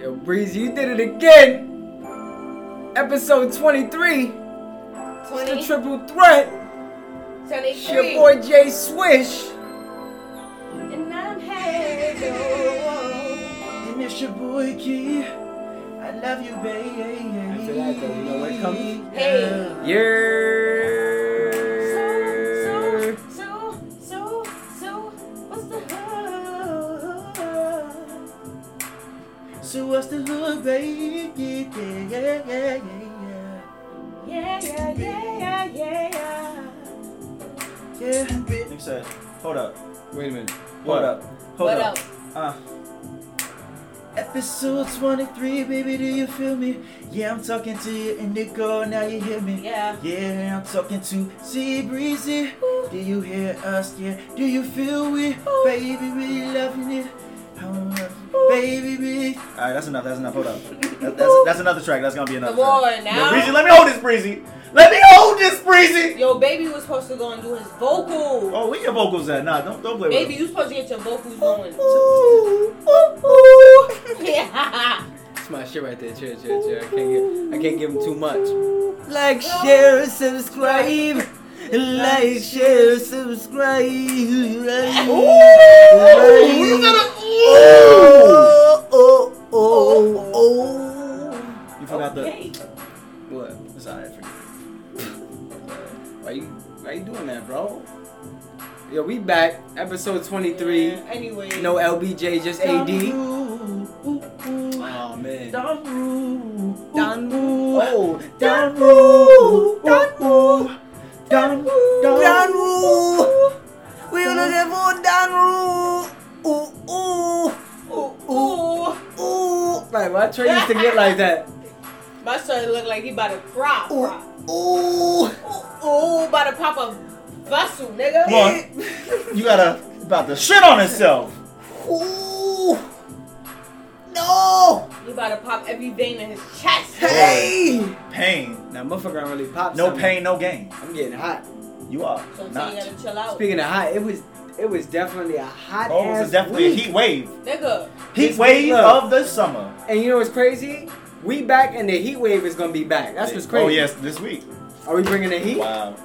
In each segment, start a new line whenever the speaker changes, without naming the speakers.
Yo, Breeze, you did it again. Episode 23. It's the
20,
triple threat. It's
23,
your boy Jay Swish.
and I'm happy.
And it's your boy Key. I love you, baby.
After that, though, you know where it comes?
Hey.
Yeah.
So, so, so, so, what's the hurry?
So what's the hood, baby? Yeah, yeah, yeah, yeah, yeah.
Yeah, yeah, yeah, yeah, yeah, yeah.
Yeah, bitch. Nick said, hold up,
Wait a minute.
hold up, hold
What
up.
up?
Uh. Episode 23, baby, do you feel me? Yeah, I'm talking to you, Indigo, now you hear me.
Yeah.
Yeah, I'm talking to Sea Breezy. Do you hear us? Yeah. Do you feel it? Baby, we loving it. I'm loving it. Baby, we. Alright, that's enough. That's enough. Hold up. That- that's, that's another track. That's gonna be another
Come on
track. Yo, Breezy,
now.
let me hold this, Breezy. Let me hold this, Breezy.
Yo, baby was supposed to go and do his vocals.
Oh, where your vocals at? Nah, don't, don't play with
Baby, you supposed to get your vocals going.
them. Ooh, ooh, ooh.
Yeah.
That's my shit right there. Chill, chill, chill. I can't give, I can't give him too much. Like, share, subscribe. Like, share, subscribe.
Ooh, you gotta- ooh.
oh, oh, oh.
You forgot
Okay.
What?
the. It's alright, forget
Why you why you doing that, bro? Yo, we back. Episode 23.
Yeah, Anyway.
No LBJ, just AD.
AD.
Oh man.
Don Roo.
Don Roo.
Oh, Don
Oh.
Roo. Don Roo. Don Don Roo.
We
on the
level Don Roo. Ooh
Ooh, ooh.
ooh. Like why Trey used to get like that?
My son looked like he about to cry.
Ooh
cry.
ooh.
Ooh, about to pop a vessel, nigga.
Come on. You gotta about to shit on himself.
Ooh. No.
You about to pop every vein in his chest.
Hey.
Pain.
Now motherfucker, I really popped.
No
something.
pain, no gain.
I'm getting hot.
You are
So I'm
not.
saying you gotta chill out.
Speaking of hot, it was it was definitely a hot
Oh,
ass
this is definitely a
week.
heat wave.
Nigga,
Heat
This
wave
week, look.
of the summer.
And you know what's crazy? We back and the heat wave is gonna be back. That's what's crazy.
Oh yes, this week.
Are we bringing the heat?
Wow.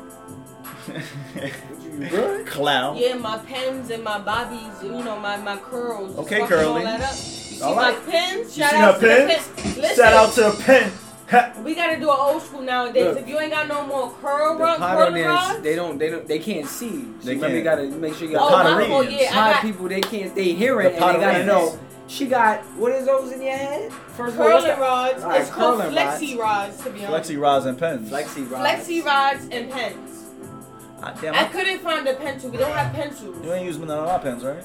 You good?
Clown.
yeah, my pins and my bobbies, you know, my, my curls. just
Okay,
fucking
Curly.
All that up. You see
All right.
my pins?
You
Shout
see
out
her
to
pins?
the pins. Listen,
Shout out to the pen. Ha.
we gotta do an old school nowadays.
Look.
if you ain't got no more curl
The
run,
pot
curl
on there, is-
rods,
they don't, they don't, they can't see. So
They
remember, you
can't.
gotta make sure you
The
got
oh,
pot
pot
my
of
fault,
reeds.
yeah, I got
people. They can't, they hear
The
it
pot
and
of
they gotta
reeds.
know. She got what is those in your head? First of all, what's
curling rods.
All right,
it's called
curling rods.
flexi rods, to be honest.
Flexi rods and pens.
that? Flexi rod.
Flexi rods and pens.
Ah, damn,
I
I-
couldn't find a pencil. We don't have
you
pencils.
ain't using none of my pens, right?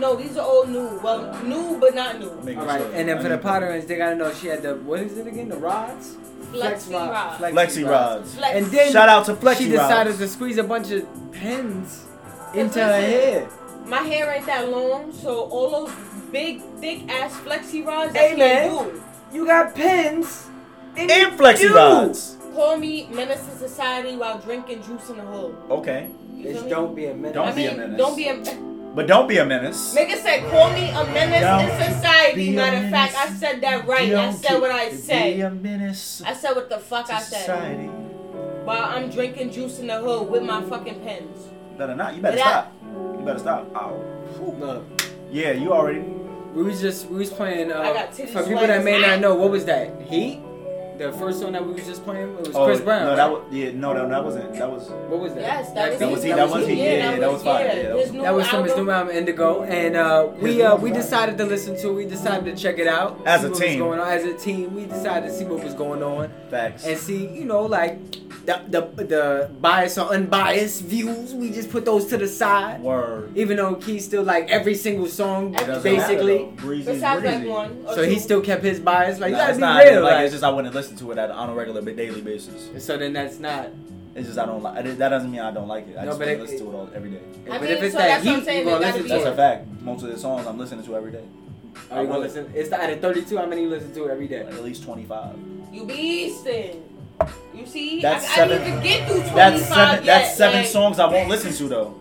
No, these are all new. Well, new but not new.
Make
All
it
right,
sure.
and then
I
for the
need-
potterings, they gotta know she had the what is it again? The rods.
Flexi
rod-
rods.
Flexi rods.
Flex.
And then
Shout out to Flexi
she decided to squeeze a bunch of pins into her
listen,
head.
My hair ain't that long, so all those big, thick ass flexi rods
Hey,
I can't
You got pins in
And flexi rods.
do. Call me menace to society while drinking juice in the hole.
Okay,
You feel
Bitch,
me?
don't be a menace.
Don't
I
be a
mean,
menace.
Don't be a.
but don't be a menace.
Nigga said, call me a menace
Don't
in society.
be a
Matter of fact, I
menace.
said that right. I
Don't
said what I
keep- Be
said.
a menace
I said what the fuck
to
I said.
society.
While I'm drinking juice in the hood with my fucking pens.
Better not. You better
Get out.
stop. You better stop. Ow.
Look,
Yeah, you already.
we was just we was playing. Uh,
I got titties
for people that may
like-
not know, what was that? Heat. The first song that we was just playing it was
Oh,
Chris Brown.
No,
right?
that was. Yeah, no, no, that wasn't. That was.
what was that?
Yes, that,
That
was
was
he.
he, that was he, yeah, yeah, that was fire, yeah, that
his
was-
new
That was from his
album.
new album Indigo, and uh, we
His
uh,
new
we
album.
decided to listen to. it. We decided to check it out
As
see
a
what
team.
Was going on as a team, we decided to see what was going on
Facts.
and see, you know, like the the the biased or unbiased views. We just put those to the side.
Word.
Even though Key still like every single song,
It doesn't
basically.
matter, though. breezy. is
Besides like
breezy.
one. Or
So
two.
he still kept his bias. Like
Nah,
you
it's
gotta
not
be
even
real.
like,
Like,
it's just I wouldn't listen to it at, on a regular but daily basis.
so then that's not.
It's just I don't like. That doesn't mean I don't like it. I
No,
just
but
wouldn't
it-
listen to it all every day.
I
but
mean,
if it's
so
that
that's what I'm
heat,
saying,
you
they
gonna
gotta
listen
be
to
That's
it.
a fact. Most of the songs I'm listening to every day,
Are you
I
gonna
would.
listen? It's not at 32. How many listen to it every day?
like at least 25.
You beastin'. You see?
That's
I, I didn't
seven-
even get through 25
That's
yet.
seven. That's seven
like,
songs I won't listen to though.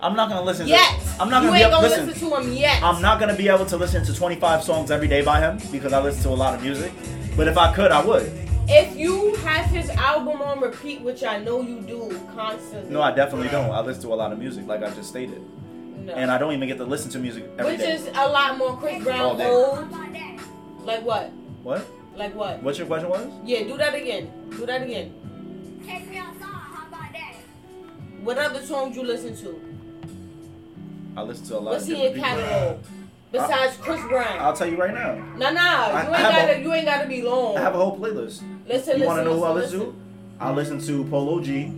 I'm not gonna listen.
Yet.
to I'm not
You
gonna be
ain't
able
gonna
listen.
listen, to him yet.
I'm not gonna be able to listen to 25 songs every day by him because I listen to a lot of music. But if I could, I would.
if you have his album on repeat, which I know you do constantly.
No, I definitely don't. I listen to a lot of music, like I just stated,
No.
and I don't even get to listen to music every
Which
day.
is a lot more Chris
All
Brown
day.
old. Like what?
What?
Like what?
What your question was?
Yeah, do that again. Do that again.
Take me outside, how about that?
What other songs you listen to?
I listen to a lot
What's
of
in your
different people.
catalog? Besides Chris Brown.
I'll tell you right now.
Nah, nah.
I-
You
I
ain't
have
gotta. You ain't gotta be long.
I have a whole playlist.
Listen,
you
listen,
wanna know who I
listen,
listen to? I listen to Polo G.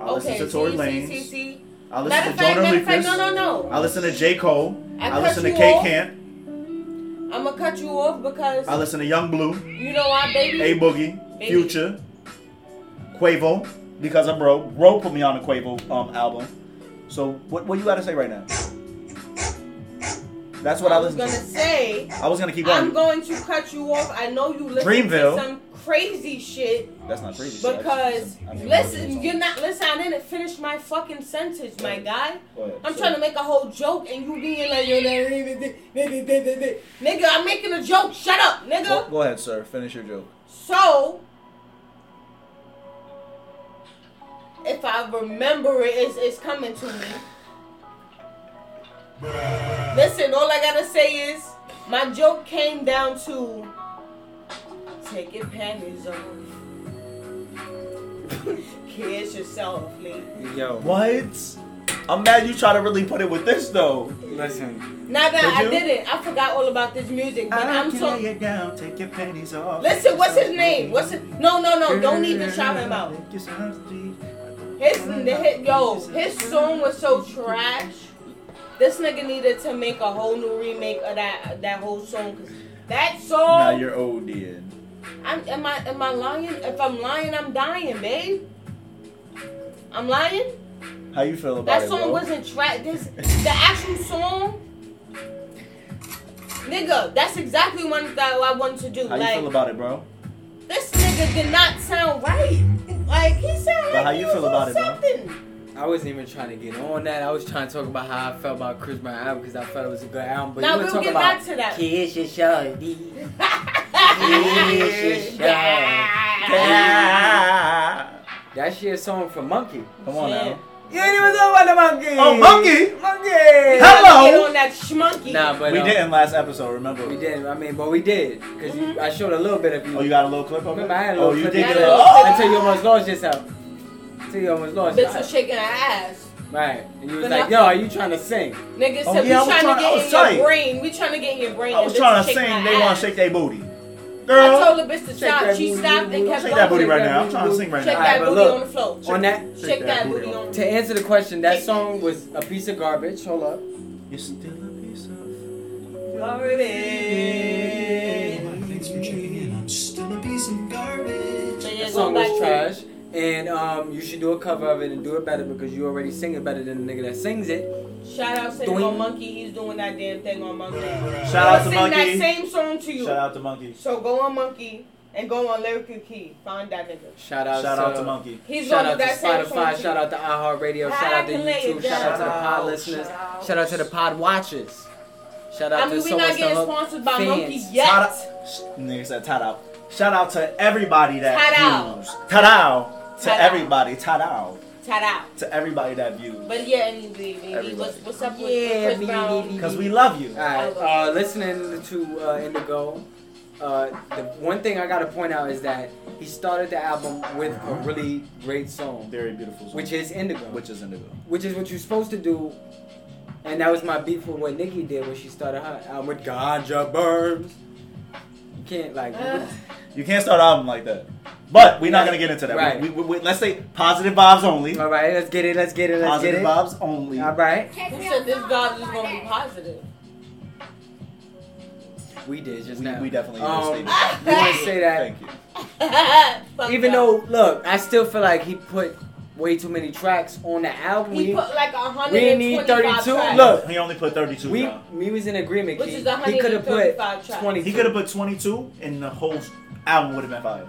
I listen
okay,
to Tory
see, See,
Lanez.
see, see.
I listen
Matter of
to
fact,
Jonah
matter of fact,
Lucas.
no, no, no.
I listen to J. Cole.
I
I listen to
cut
K
you off.
Camp.
I'm gonna cut you off because
I listen to Young Blue,
you know why, baby.
A Boogie,
Baby.
Future, Quavo, because I'm broke. Ro put me on the Quavo um, album. So what what you gotta say right now? That's what I,
I was
listen
gonna
to.
say.
I was gonna keep going.
I'm going to cut you off. I know you listen
Dreamville.
to some crazy shit
That's not crazy. shit. I
because
just- I mean,
listen,
it's-
you're not listen. I didn't finish my fucking sentence, my guy.
Go ahead.
I'm
So-
trying to make a whole joke and you being like, yo, da- da- da- da- da- da- da- nigga, I'm making a joke. Shut up,
Go,
nigga.
go ahead, sir. Finish your joke.
So, if I remember it, it's, it's coming to me. Listen, all I gotta say is my joke came down to taking panties off. Kiss yourself, Lee.
Yo,
What? I'm mad you try to really put it with this though.
listen.
Nah, nah,
Did
I
you? Ah,
didn't. I forgot all about this music, but I'm so.
you down, take your panties off.
Listen, what's his name? What's his? No, no, no! Don't even shout him out. His, the hit, yo, his song was so trash. This nigga needed to make a whole new remake of that that whole song. Cause that
Now
song,
you're old, dude.
I'm, am I am I lying? If I'm lying, I'm dying, babe. I'm lying.
How you feel about
That
it?
song
bro?
wasn't trash. This the actual song. Nigga, that's exactly one that I wanted to do.
How you
like
feel about it, bro?
this nigga did not sound right. Like he sounded like
how
he
you
was
feel
on
about it, bro?
something.
I wasn't even trying to get on that. I was trying to talk about how I felt about Chris Brown album because I felt it was a good album. But
Now
you were
we'll
talking
get
about
back to that.
Kiss your shorty. Kiss your shorty.
Yeah.
That shit a song from Monkey.
Come on now.
Ah. Shit.
You ain't even talking about the monkey.
Oh, Monkey?
Monkey.
Hello.
Get on that schmunky.
Nah, but
we
uh,
didn't last episode, remember?
We didn't. I mean, but we did because
Mm-hmm.
I showed a little bit of you.
Oh, you got a little clip of it?
Remember, I had a
oh,
little
you
clip
did
of
get a
you.
little.
Oh!
until you almost lost yourself. Until you almost lost.
Bitch was
yourself.
shaking her ass.
Right. And you was
But
like,
I-
yo, are you trying to sing?
Nigga said,
Oh, yeah, I was
we trying
trying-
to
I
get
was
in
trying.
your brain. We trying to get in your brain.
I was
The bitch
trying to
shaking
sing,
her
they want
ass.
to shake their booty.
I told
Girl,
the bitch to
Shake
stop.
that
She
booty,
stopped
booty,
and kept
shake that booty
going.
right now. I'm trying to sing right
Shake
now.
Alright,
that
but
booty
look,
on the floor.
On that,
Shake that booty on
to answer the question, that song was a piece of garbage. Hold up.
You're still a piece of.
Thanks for checking in. I'm still a piece of garbage.
But yeah,
That
go
song was
back
trash. And um, you should do a cover of it and do it better because you already sing it better than the nigga that sings it.
to- Shout out to
Doink.
Monkey. He's doing that damn thing on Monkey. Shout
out to Monkey.
Sing that same song to you.
Shout out to Monkey.
So go on Monkey and go on Lyrical Key. Find that nigga.
Shout out,
Shout out to
to
Monkey.
He's
shout
gonna
out
do
to
that same song
Spotify,
to
shout
you.
out to iHeartRadio,
I
shout out to
can lay
YouTube,
it
shout out to the
down.
pod listeners,
Shout
shout out to the pod watchers. Shout out
I mean,
to
we
so
not
much the
getting
hook
sponsored by
fans.
Monkey
Shout
yet.
out, sh- nigga said "Tad out. Shout out to everybody that
Ta-da.
views. Tad out to
Ta-da.
everybody. Tad out
Tad out.
to everybody that views.
But yeah, and the- the- the- what's,
Everybody.
what's up with
Yeah,
Chris
me,
Brown?
me, me.
Cause we love you.
Alright, uh, listening to uh, Indigo, uh, the one thing I gotta point out is that he started the album with a really great song,
Very beautiful.
which is Indigo,
which is indigo.
which is what you're supposed to do. And that was my beef with what Nikki did when she started her album with Ganja Burns. You can't like.
Ugh.
You can't start an album like that. But we're not gonna get into that.
Right.
We, we, we, let's say positive vibes only.
all right, let's get it. Let's get it. Let's get
Positive
it.
vibes only.
All right,
Take
Who
me
said this
outside,
God is
how
gonna
about
be
that?
positive?
we did just
We-
now.
we definitely did
um,
say that.
We didn't say that.
Thank you.
Fuck
Even
y'all.
though, look, I still feel like he put way too many tracks on the album.
he
We-
put like a hundred.
we need 32.
Tracks,
Look,
He only put 32
We
down.
we was in agreement.
Which
Key.
is the
he could have put
135 tracks.
twenty.
He could have put 22, and the whole album would have been fire.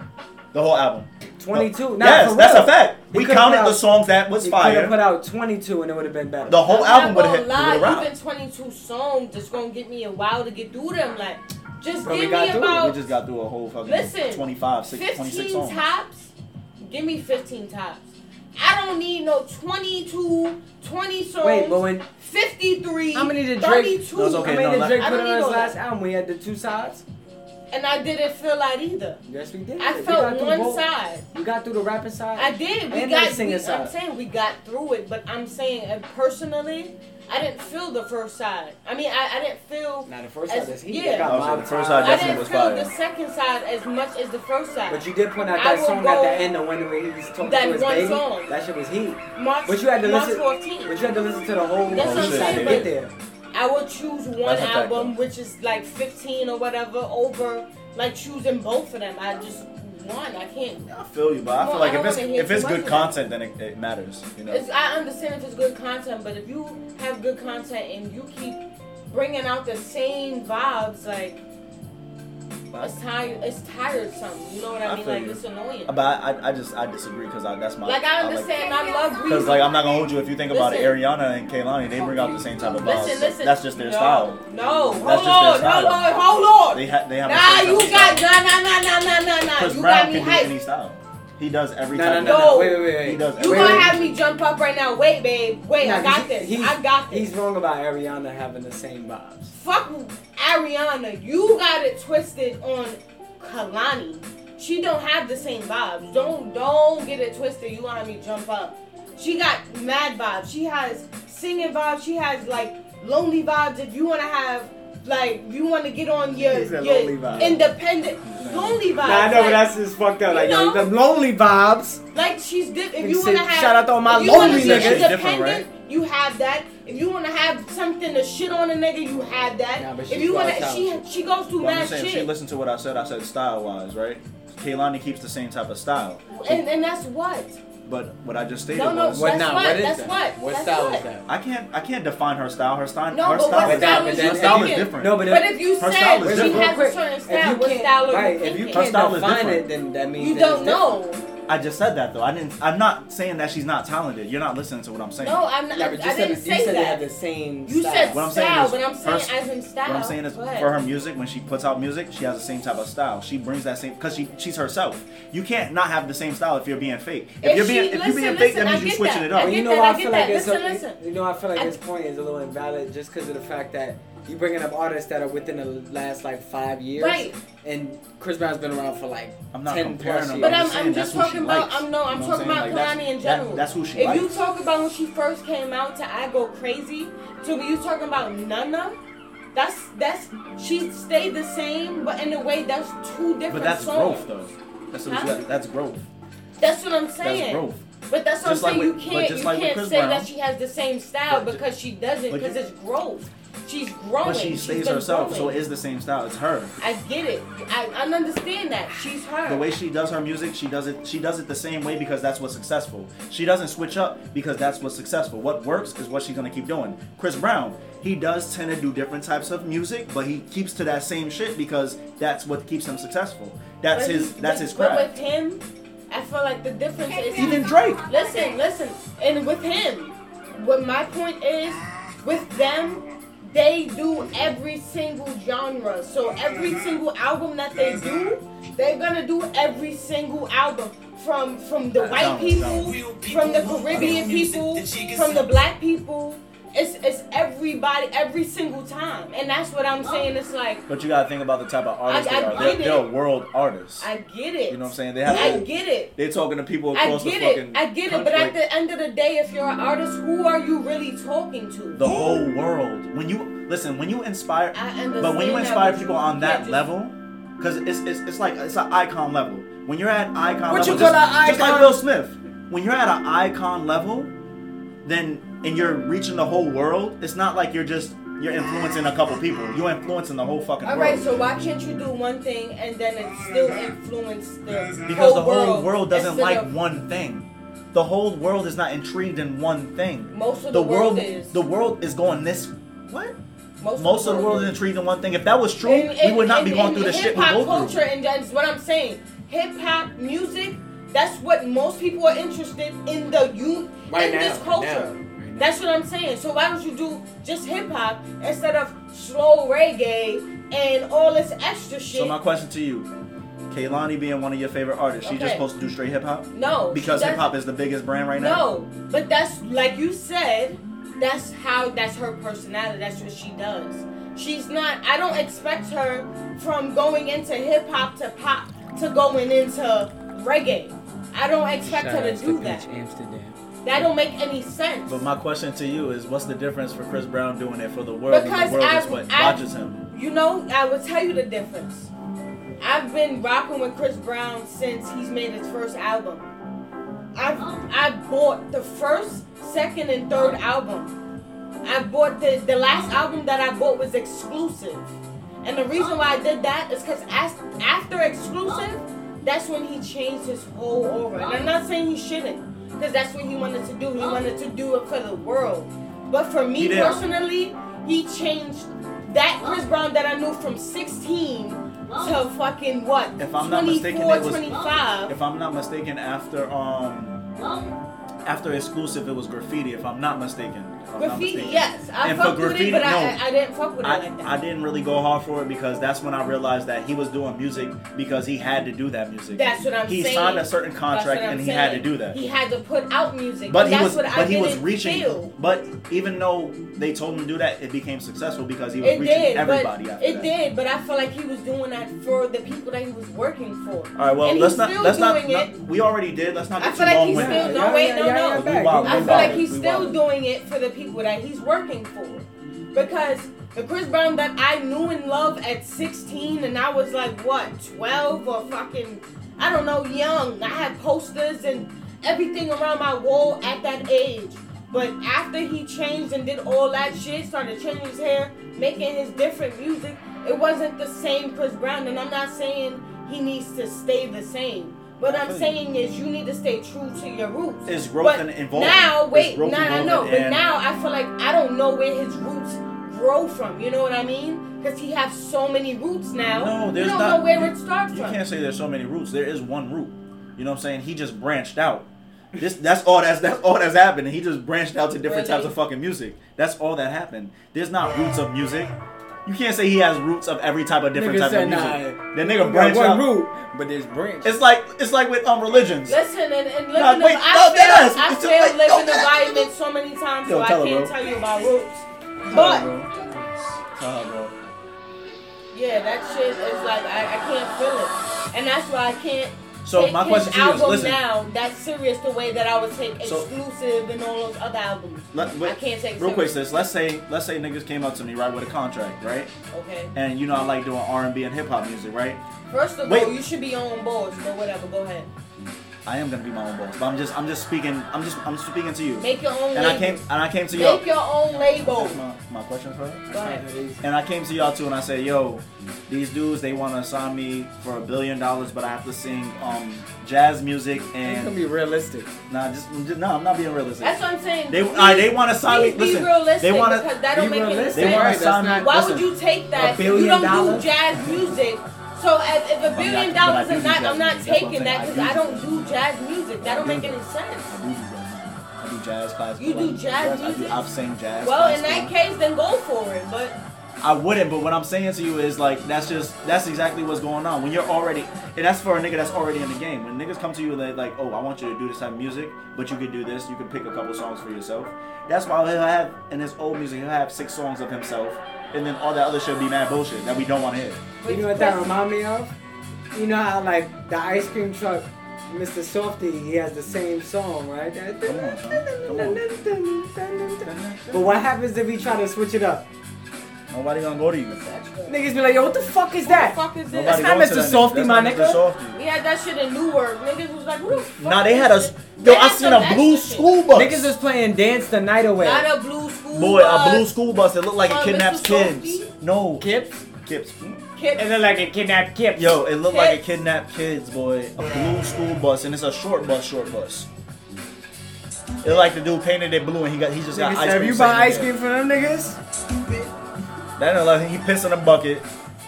The whole album.
22. Nah,
yes,
for
that's
real.
a fact.
He
we
could've
counted
put
the
out-
songs that was
He could have put
fire.
out 22 and it would have been better.
The whole album would have
I'm
hit.
not
would've
gonna lie,
rocked.
even 22 songs just gonna give me a while to get through them. Like, just
But we
give
got
me
through it.
We
about
just got through a whole fucking
Listen,
25, six, 26
15
songs.
tops. Give me 15 tops. I don't need no 22, 20 songs.
Wait, but when
53.
How many did Drake-
32.
Those
I
okay,
made
no,
the
like-
Drake
I
put on
don't
his
need all
last
that.
album, we had the two sides.
And I didn't feel out either.
Yes, we did.
I
We
felt
through
one
both.
side.
You got through the rapping side.
I did. We
And
got.
the singer
we- I'm
side.
saying we got through it, but I'm saying uh, personally, I didn't feel the first side. I mean, I, I didn't feel.
Now the first
As-
side is he.
yeah.
That got
I was saying the
Mobb
first
Tied.
side
I
definitely
didn't
was
feel
fire.
the second side as much as the first side.
But you did point out
I
that
will
song at
go-
the end, the one where he was talking
That
to his
one
baby.
song.
That shit was heat.
March,
But you had to
March
listen.
14th.
But you had to listen to the whole.
That's
what I'm
shit
saying,
to
but-
get there.
I would choose one
That's a fact,
album,
though.
which is like 15 or whatever, over like choosing both of them. I just one. I can't.
I feel you, but I
Well,
feel like
I
if
don't
it's
wanna hear
if
too
it's
much
good
of it.
content, then it, it matters. You know.
It's, I understand if it's good content, but if you have good content and you keep bringing out the same vibes, like it's tired. It's tiresome. You know what
I
I mean?
feel
like
you.
it's annoying.
But I, I, I just I disagree because I, that's my
like I understand. I, love
Because
reading.
like I'm not gonna hold you if you think about it,
Listen.
Ariana and Kehlani, they bring out the same type of vibes.
listen, listen.
Oh, That's just their
no,
style.
No, hold
That's just their
on,
style.
hold on, hold on.
They ha- they have.
Nah,
the same
you
type
got nah nah nah nah nah nah nah.
Because
You
Brown
got me
can do any
hyped.
style. He does every
No, no,
type.
no,
of-
no.
No.
Wait, wait, wait.
He does
You
Wait,
everything.
gonna
wait.
have me jump up right now? Wait, babe. Wait,
Nah,
I got
he-
this.
he's-
I got
He's
this.
wrong about Ariana having the same vibes.
Fuck Ariana. You got it twisted on Kalani. She don't have the same vibes. Don't don't get it twisted. You want me jump up? She got mad vibes. She has singing vibes. She has like lonely vibes. If you wanna have. Like you want to get on your,
He said
your
lonely vibes.
independent lonely vibes.
Nah, I know, but
Like,
that's just fucked up. Like,
you
yo,
know?
them lonely vibes.
Like she's diff. If
Nigga
you
said,
wanna have
"Shout out to all my
if you wanna
lonely
be
niggas." Shit
different,
independent, you have that. If you wanna have something to shit on a nigga, you have that.
Nah, but
if
she's
you wanna,
wild
she
talented.
she goes through
But I'm
mad
just saying, if she
shit,
listened to what I said. I said style wise, right? Kehlani keeps the same type of style,
and and that's what.
but what I just stated
No, no,
was.
What
now?
now? What is that?
What
What
style
style is
that?
I can't. I can't define her style. Her style.
No,
her
but
style
what
is
style
But
is
that-
you
her style is
thinking?
different.
No, but,
But if you
Her
said
style is
she
different.
has a certain style,
if you
what
can't,
style are
right, if
you
you
thinking?
can't
style is
define
different.
it, then that means
You
that it's
don't know.
I just said that though. I didn't. I'm not saying that she's not talented. You're not listening to what I'm saying.
No, I'm not.
different. Yeah,
I,
but you
I
said,
didn't
you
say
said they had
that.
the same.
You
style.
said
What I'm saying
style,
is
but I'm saying
her-
as in style.
What I'm saying is,
but-
for her music, when she puts out music, she has the same type of style. She brings that same because she she's herself. You can't not have the same style if you're being fake. If,
If
you're
she-
being if you're
listen,
being fake,
listen,
that means
I
you're
get
switching
that.
it
But
I
up.
get
you know,
that,
why I
I get
feel
that.
like it's
Listen,
a-
listen.
you know, I feel like
I-
this point is a little invalid just because of the fact that you bringing up artists that are within the last like five years,
Right.
And Chris Brown's been around for like
I'm not
ten
comparing
plus
them.
years.
But
I'm
I'm,
just saying
I'm just
that's who
talking
she
about.
likes.
I'm no, I'm
You know what
talking
I'm
about
saying?
Kalani
Like, that's-
in
that-
general.
that's who she
If you
likes.
talk about when she first came out to I Go Crazy, to when you talking about Nana, that's that's she stayed the same, but in a way that's two different.
But that's
songs.
growth though. That's
Huh?
that- that's growth.
That's what I'm
That's
saying.
growth.
But that's what
Just
I'm
like
saying.
with-
you
but
can't
just
you
like with
can't
Chris
say
Brown.
that she has the same style
But ju-
because she doesn't
but ju-
because it's growth. She's growing.
But she
She's
stays
been
herself, so
growing.
it is the same style. It's her.
I get it. I, I understand that. She's her.
The way she does her music, she does it. She does it the same way because that's what's successful. She doesn't switch up because that's what's successful. What works is what she's gonna keep doing. Chris Brown, he does tend to do different types of music, but he keeps to that same shit because that's what keeps him successful. That's
But
his.
he-
That's
but-
his
But with
craft.
him, I feel like the difference is
Even Drake.
Listen, listen, and with him, what my point is, with them, they do every single genre. So every single album that they do, they're gonna do every single album. From from the
Uh,
white
genres,
people, from the Caribbean people, from the black people. It's it's everybody every single time. And that's what
Oh.
I'm saying. It's like
But you gotta think about the type of artists
I-
they
I
are. They're,
get it.
they're world artists.
I get it.
You know what I'm saying? They have.
I
to-
get it.
They're talking to people
I
across
get
the fucking.
it. I get it. But
country.
at the end of the day, if you're an artist, who are you really talking to?
the whole world. When you listen, when you inspire,
I understand
but when you
that,
inspire
but
people
you
on that
can't just-
level, because it's, it's it's like it's an icon level. When you're at icon
What
level,
you
just,
call an
just like
icon?
Will Smith, when you're at an icon level, then and you're reaching the whole world, it's not like you're just you're influencing a couple people. You're influencing the whole fucking
All
world.
right. So why can't you do one thing and then it still influence the
because the whole world, doesn't
instead
like
of-
one thing. The whole world is not intrigued in one thing.
Most of the world is.
The world is going this. What?
Most,
Most of the world is intrigued in one thing. If that was true,
And-
we would not
and-
be going
and
through the shit we
hip-hop
go
culture,
through.
and that's what I'm saying. Hip hop music That's what most people are interested in the you
Right
in
now,
this
right
culture.
now, right now.
That's what I'm saying. So why don't you do just hip hop instead of slow reggae and all this extra shit?
So my question to you, Kaylani being one of your favorite artists, she just
Okay.
supposed to do straight hip hop?
no, she
Because hip
doesn't-
hop is the biggest brand right now.
No, but that's like you said. That's how. That's her personality. That's what she does. She's not. I don't expect her from going into hip hop to pop to going into reggae. I don't expect
Shout
her to
outs
do that.
Peach Amsterdam.
That don't make any sense.
But my question to you is, what's the difference for Chris Brown doing it for the world
Because
and the world
I-
is what
I-
watches him?
You know, I will tell you the difference. I've been rocking with Chris Brown since he's made his first album. I I bought the first, second, and third album. I bought the the last album that I bought was exclusive, and the reason why I did that is because after exclusive, that's when he changed his whole aura. And I'm not saying he shouldn't, because that's what he wanted to do. He wanted to do it for the world. But for
He
me
did.
personally, he changed that Chris Brown that I knew from 16 to fucking what?
If I'm not mistaken,
24,
it was-
25.
If I'm not mistaken, after um after exclusive, it was graffiti. If I'm not mistaken. If I'm not
graffiti,
mistaken.
yes. I
And for
fucked with
graffiti,
it, but
no.
I, I, I didn't fuck with it
I,
like that.
I didn't really go hard for it because that's when I realized that he was doing music because he had to do that music.
that's what I'm
he
saying.
signed a certain
That's what
contract
I'm
and he had to
saying.
do that.
He had to put out music.
but
and
he
that's
was
what
but
I
he was
didn't
reaching.
feel.
But even though they told him to do that, it became successful because he was
It
reaching
did,
everybody
but
after
it
that.
did, but I feel like he was doing that for the people that he was working for.
All right, well,
and
let's
he's
not
still
let's not,
doing
not-
it.
we already did. Let's not
I
get
feel
too
like
long
he's
winded.
still no wait no no.
We wild,
I
we
feel
wild,
like he's
we
still
wild.
doing it for the people that he's working for, because the Chris Brown that I knew and loved at 16, and I was like what 12 or fucking I don't know young. I had posters and everything around my wall at that age. But after he changed and did all that shit, started changing his hair, making his different music, it wasn't the same Chris Brown. And I'm not saying he needs to stay the same. What I'm saying is you need to stay true to your roots.
It's growth
But
and involvement.
Now,
It's
wait,
growth
now I know.
involvement
But
and-
now I feel like I don't know where his roots grow from. You know what I mean? Because he has so many roots now.
No,
you
there's
don't
not-
know where it starts
You
from.
can't say there's so many roots. There is one root. You know what I'm saying? He just branched out. This that's all that's that's all that's happened. He just branched out to different
Really?
types of fucking music. That's all that happened. There's not roots of music. You can't say he has roots of every type of different
Nigga
type of
said,
music.
nah.
That
You
nigga
got
branched
one
out.
root, but there's branch.
It's like it's like with um religions.
Listen and, and living.
Nah,
the-
wait,
I
no,
failed,
that is-
I
it's just
failed
like, no,
living
that-
environment so many times,
Yo,
so I
tell her,
can't
bro.
tell you about roots. But
Uh, bro.
yeah, that shit is like I, I can't feel it, and that's why I can't.
So
take
my
his
question to you is,
album
listen.
now that's serious the way that I would take
So-
exclusive and all those other albums.
Let- wait,
I can't take it
real quick,
serious.
sis. Let's say let's say niggas came up to me right with a contract, right?
Okay.
And you know I like doing R and B and hip hop music, right?
First of
Wait.
all, you should be on board, but whatever. Go ahead.
I am gonna be my own boss, but I'm just I'm just speaking I'm just I'm speaking to you.
Make your own
and I
label.
came and I came to y'all.
Make your own label.
That's my, my question for her.
Go ahead.
And I came to y'all too, and I said, "Yo, these dudes they want to assign me for a billion dollars, but I have to sing um jazz music
It's gonna
and
be realistic.
nah, just, just nah, I'm not being realistic.
That's what I'm saying.
They
Please-
uh, they want to sign me.
please be
Listen,
realistic
they want
because
to
that don't
be
make any
realistic.
they want
Right,
to
that's
sign me.
not-
Why
listen,
would you take that? if
billion
you don't
dollars?
do jazz music. So if, if a
I
billion
do- but I
dollars
do
is
do
not,
jazz
I'm not
music. That's what
taking
I'm
that
saying.
because
I
I
do
don't do jazz music. That don't
do
make
do-
any sense.
I do jazz. I do jazz class.
You do jazz
I do.
music?
I've sang jazz.
Well, in
classical.
that case, then go for it. But
I wouldn't, but what I'm saying to you is like that's just that's exactly what's going on. When you're already and that's for a nigga that's already in the game. When niggas come to you and they're like, oh, I want you to do this type of music, but you could do this, you could pick a couple songs for yourself. That's why he'll have in his old music, he'll have six songs of himself, and then all that other shit be mad bullshit that we don't want to hear.
You know what that remind me of? You know how like the ice cream truck, Mr. Softy, he has the same song, right?
Come on, son. Come
But what happens if we try to switch it up?
Nobody gonna go to you.
that's good.
Niggas be like, yo, what the fuck is
Who the
that?
fuck is this?
Nobody
not
going
Mr.
to that nigga.
Softy,
That's
my
not
nigga.
Mr. Softy.
We had that shit in Newark. Niggas was like, who the fuck?
Nah, they
is
had a
this?
yo.
They
I
had
seen
some
a
extra
blue
shit.
school bus.
Niggas is playing Dance the Night Away.
Not a blue school.
Boy, a
bus.
blue school bus. It looked like it
Uh,
kidnaps
Mr.
kids.
Softy?
No,
Kips?
kids.
Kids.
It look like a kidnapped Kips.
Yo, it looked like it
Kids.
kidnapped kids, boy. A blue school bus, and it's a short bus, short bus. It like the dude painted it blue, and he got he just got
Niggas
ice
said,
cream.
if you buy
sitting
ice
in there.
cream for them niggas,
That ain't like he pissed in a bucket.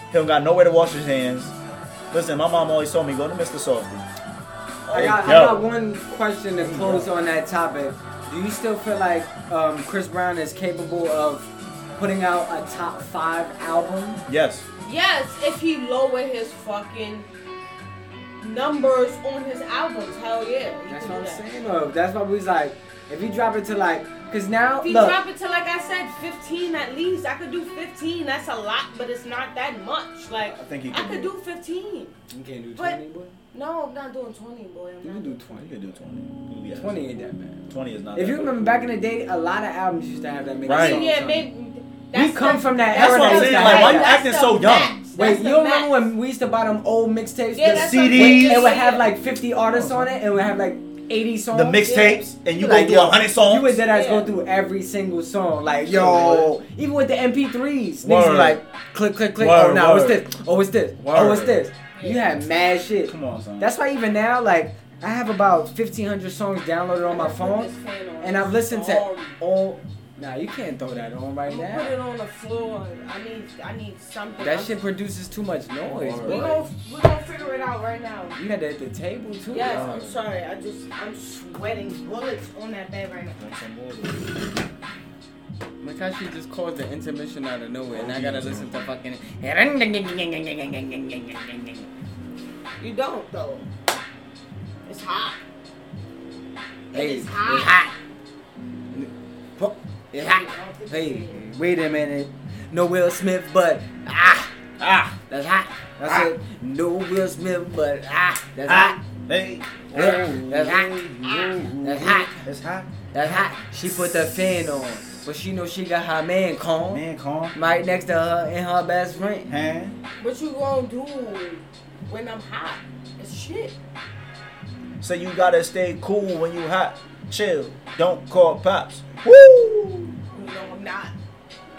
He don't got nowhere to wash his hands. Listen, my mom always told me go to Mr. Softy.
I got, I
Yo.
got one question to close on that topic. Do you still feel like um, Chris Brown is capable of putting out a top five album?
Yes.
Yes, if he lower his fucking numbers on his albums, hell yeah. he
That's
can
what I'm
do that.
saying. Though. That's why we was like, if you drop it to like, cause now
If he
look,
drop it to like I said, 15 at least. I could do 15. That's a lot, but it's not that much. Like
I think he
I
can
could
do
do 15.
you can't do
But-
twenty, boy.
No, I'm not doing 20, boy. I'm
You
not
can do
You
twenty.
can do 20. Yeah.
Twenty ain't that bad.
20 is not
If
that
you remember
bad.
back in the day, a lot of albums used to have that many
Right.
songs
Yeah,
on it.
maybe.
We come
the-
from that
That's
era.
what I'm
that used
saying,
to
like,
have
why you
that.
that's
acting
the
so young?
max. That's
Wait,
the
you remember
max.
when we used to buy them old mixtapes?
Yeah,
The
that's
CD?
what I'm
CDs?
saying.
It would have like 50 artists on it. It would have like 80 songs.
the mixtapes and you
Like,
go through 100 songs.
You would dead ass go
Yeah.
through every single song. Like,
Yo.
yo. Even with the MP3s. Niggas
Word.
was like, click, click, click.
Word,
oh, now what's
word.
this? Oh, what's this?
Word.
Oh, what's this? You
Yeah.
had mad shit.
Come on, son.
That's why even now, like, I have about 1,500 songs downloaded on my
Put this
phone.
fan on.
And I've listened
Sorry.
to all. Nah, you can't throw that on right
I'ma Put it
now.
on the floor. I need, I need something.
That
I'm-
shit produces too much noise,
We
bro.
gonna, we gonna figure it out right now.
You had that at the table too.
Yes,
bro.
I'm sorry. I just, I'm sweating bullets on that bed right now.
Look how she just caused the intermission out of nowhere, and I gotta listen to fucking.
You don't though. It's hot.
Hey,
it's
it's
hot.
hot. Fuck, It's hot. Hey, wait a minute. No Will Smith, but ah, ah, that's hot. That's
Ah.
it. No Will Smith, but ah, that's
Ah.
hot.
Hey.
That's hot. That's hot.
It's hot.
That's hot. She put the fan on, but she know she got her man con
Man, calm.
right next to her and her best friend.
Hand.
What you gonna do when I'm hot? It's shit.
So you gotta stay cool when you hot. Chill. Don't call pops. Woo!
No, I'm not.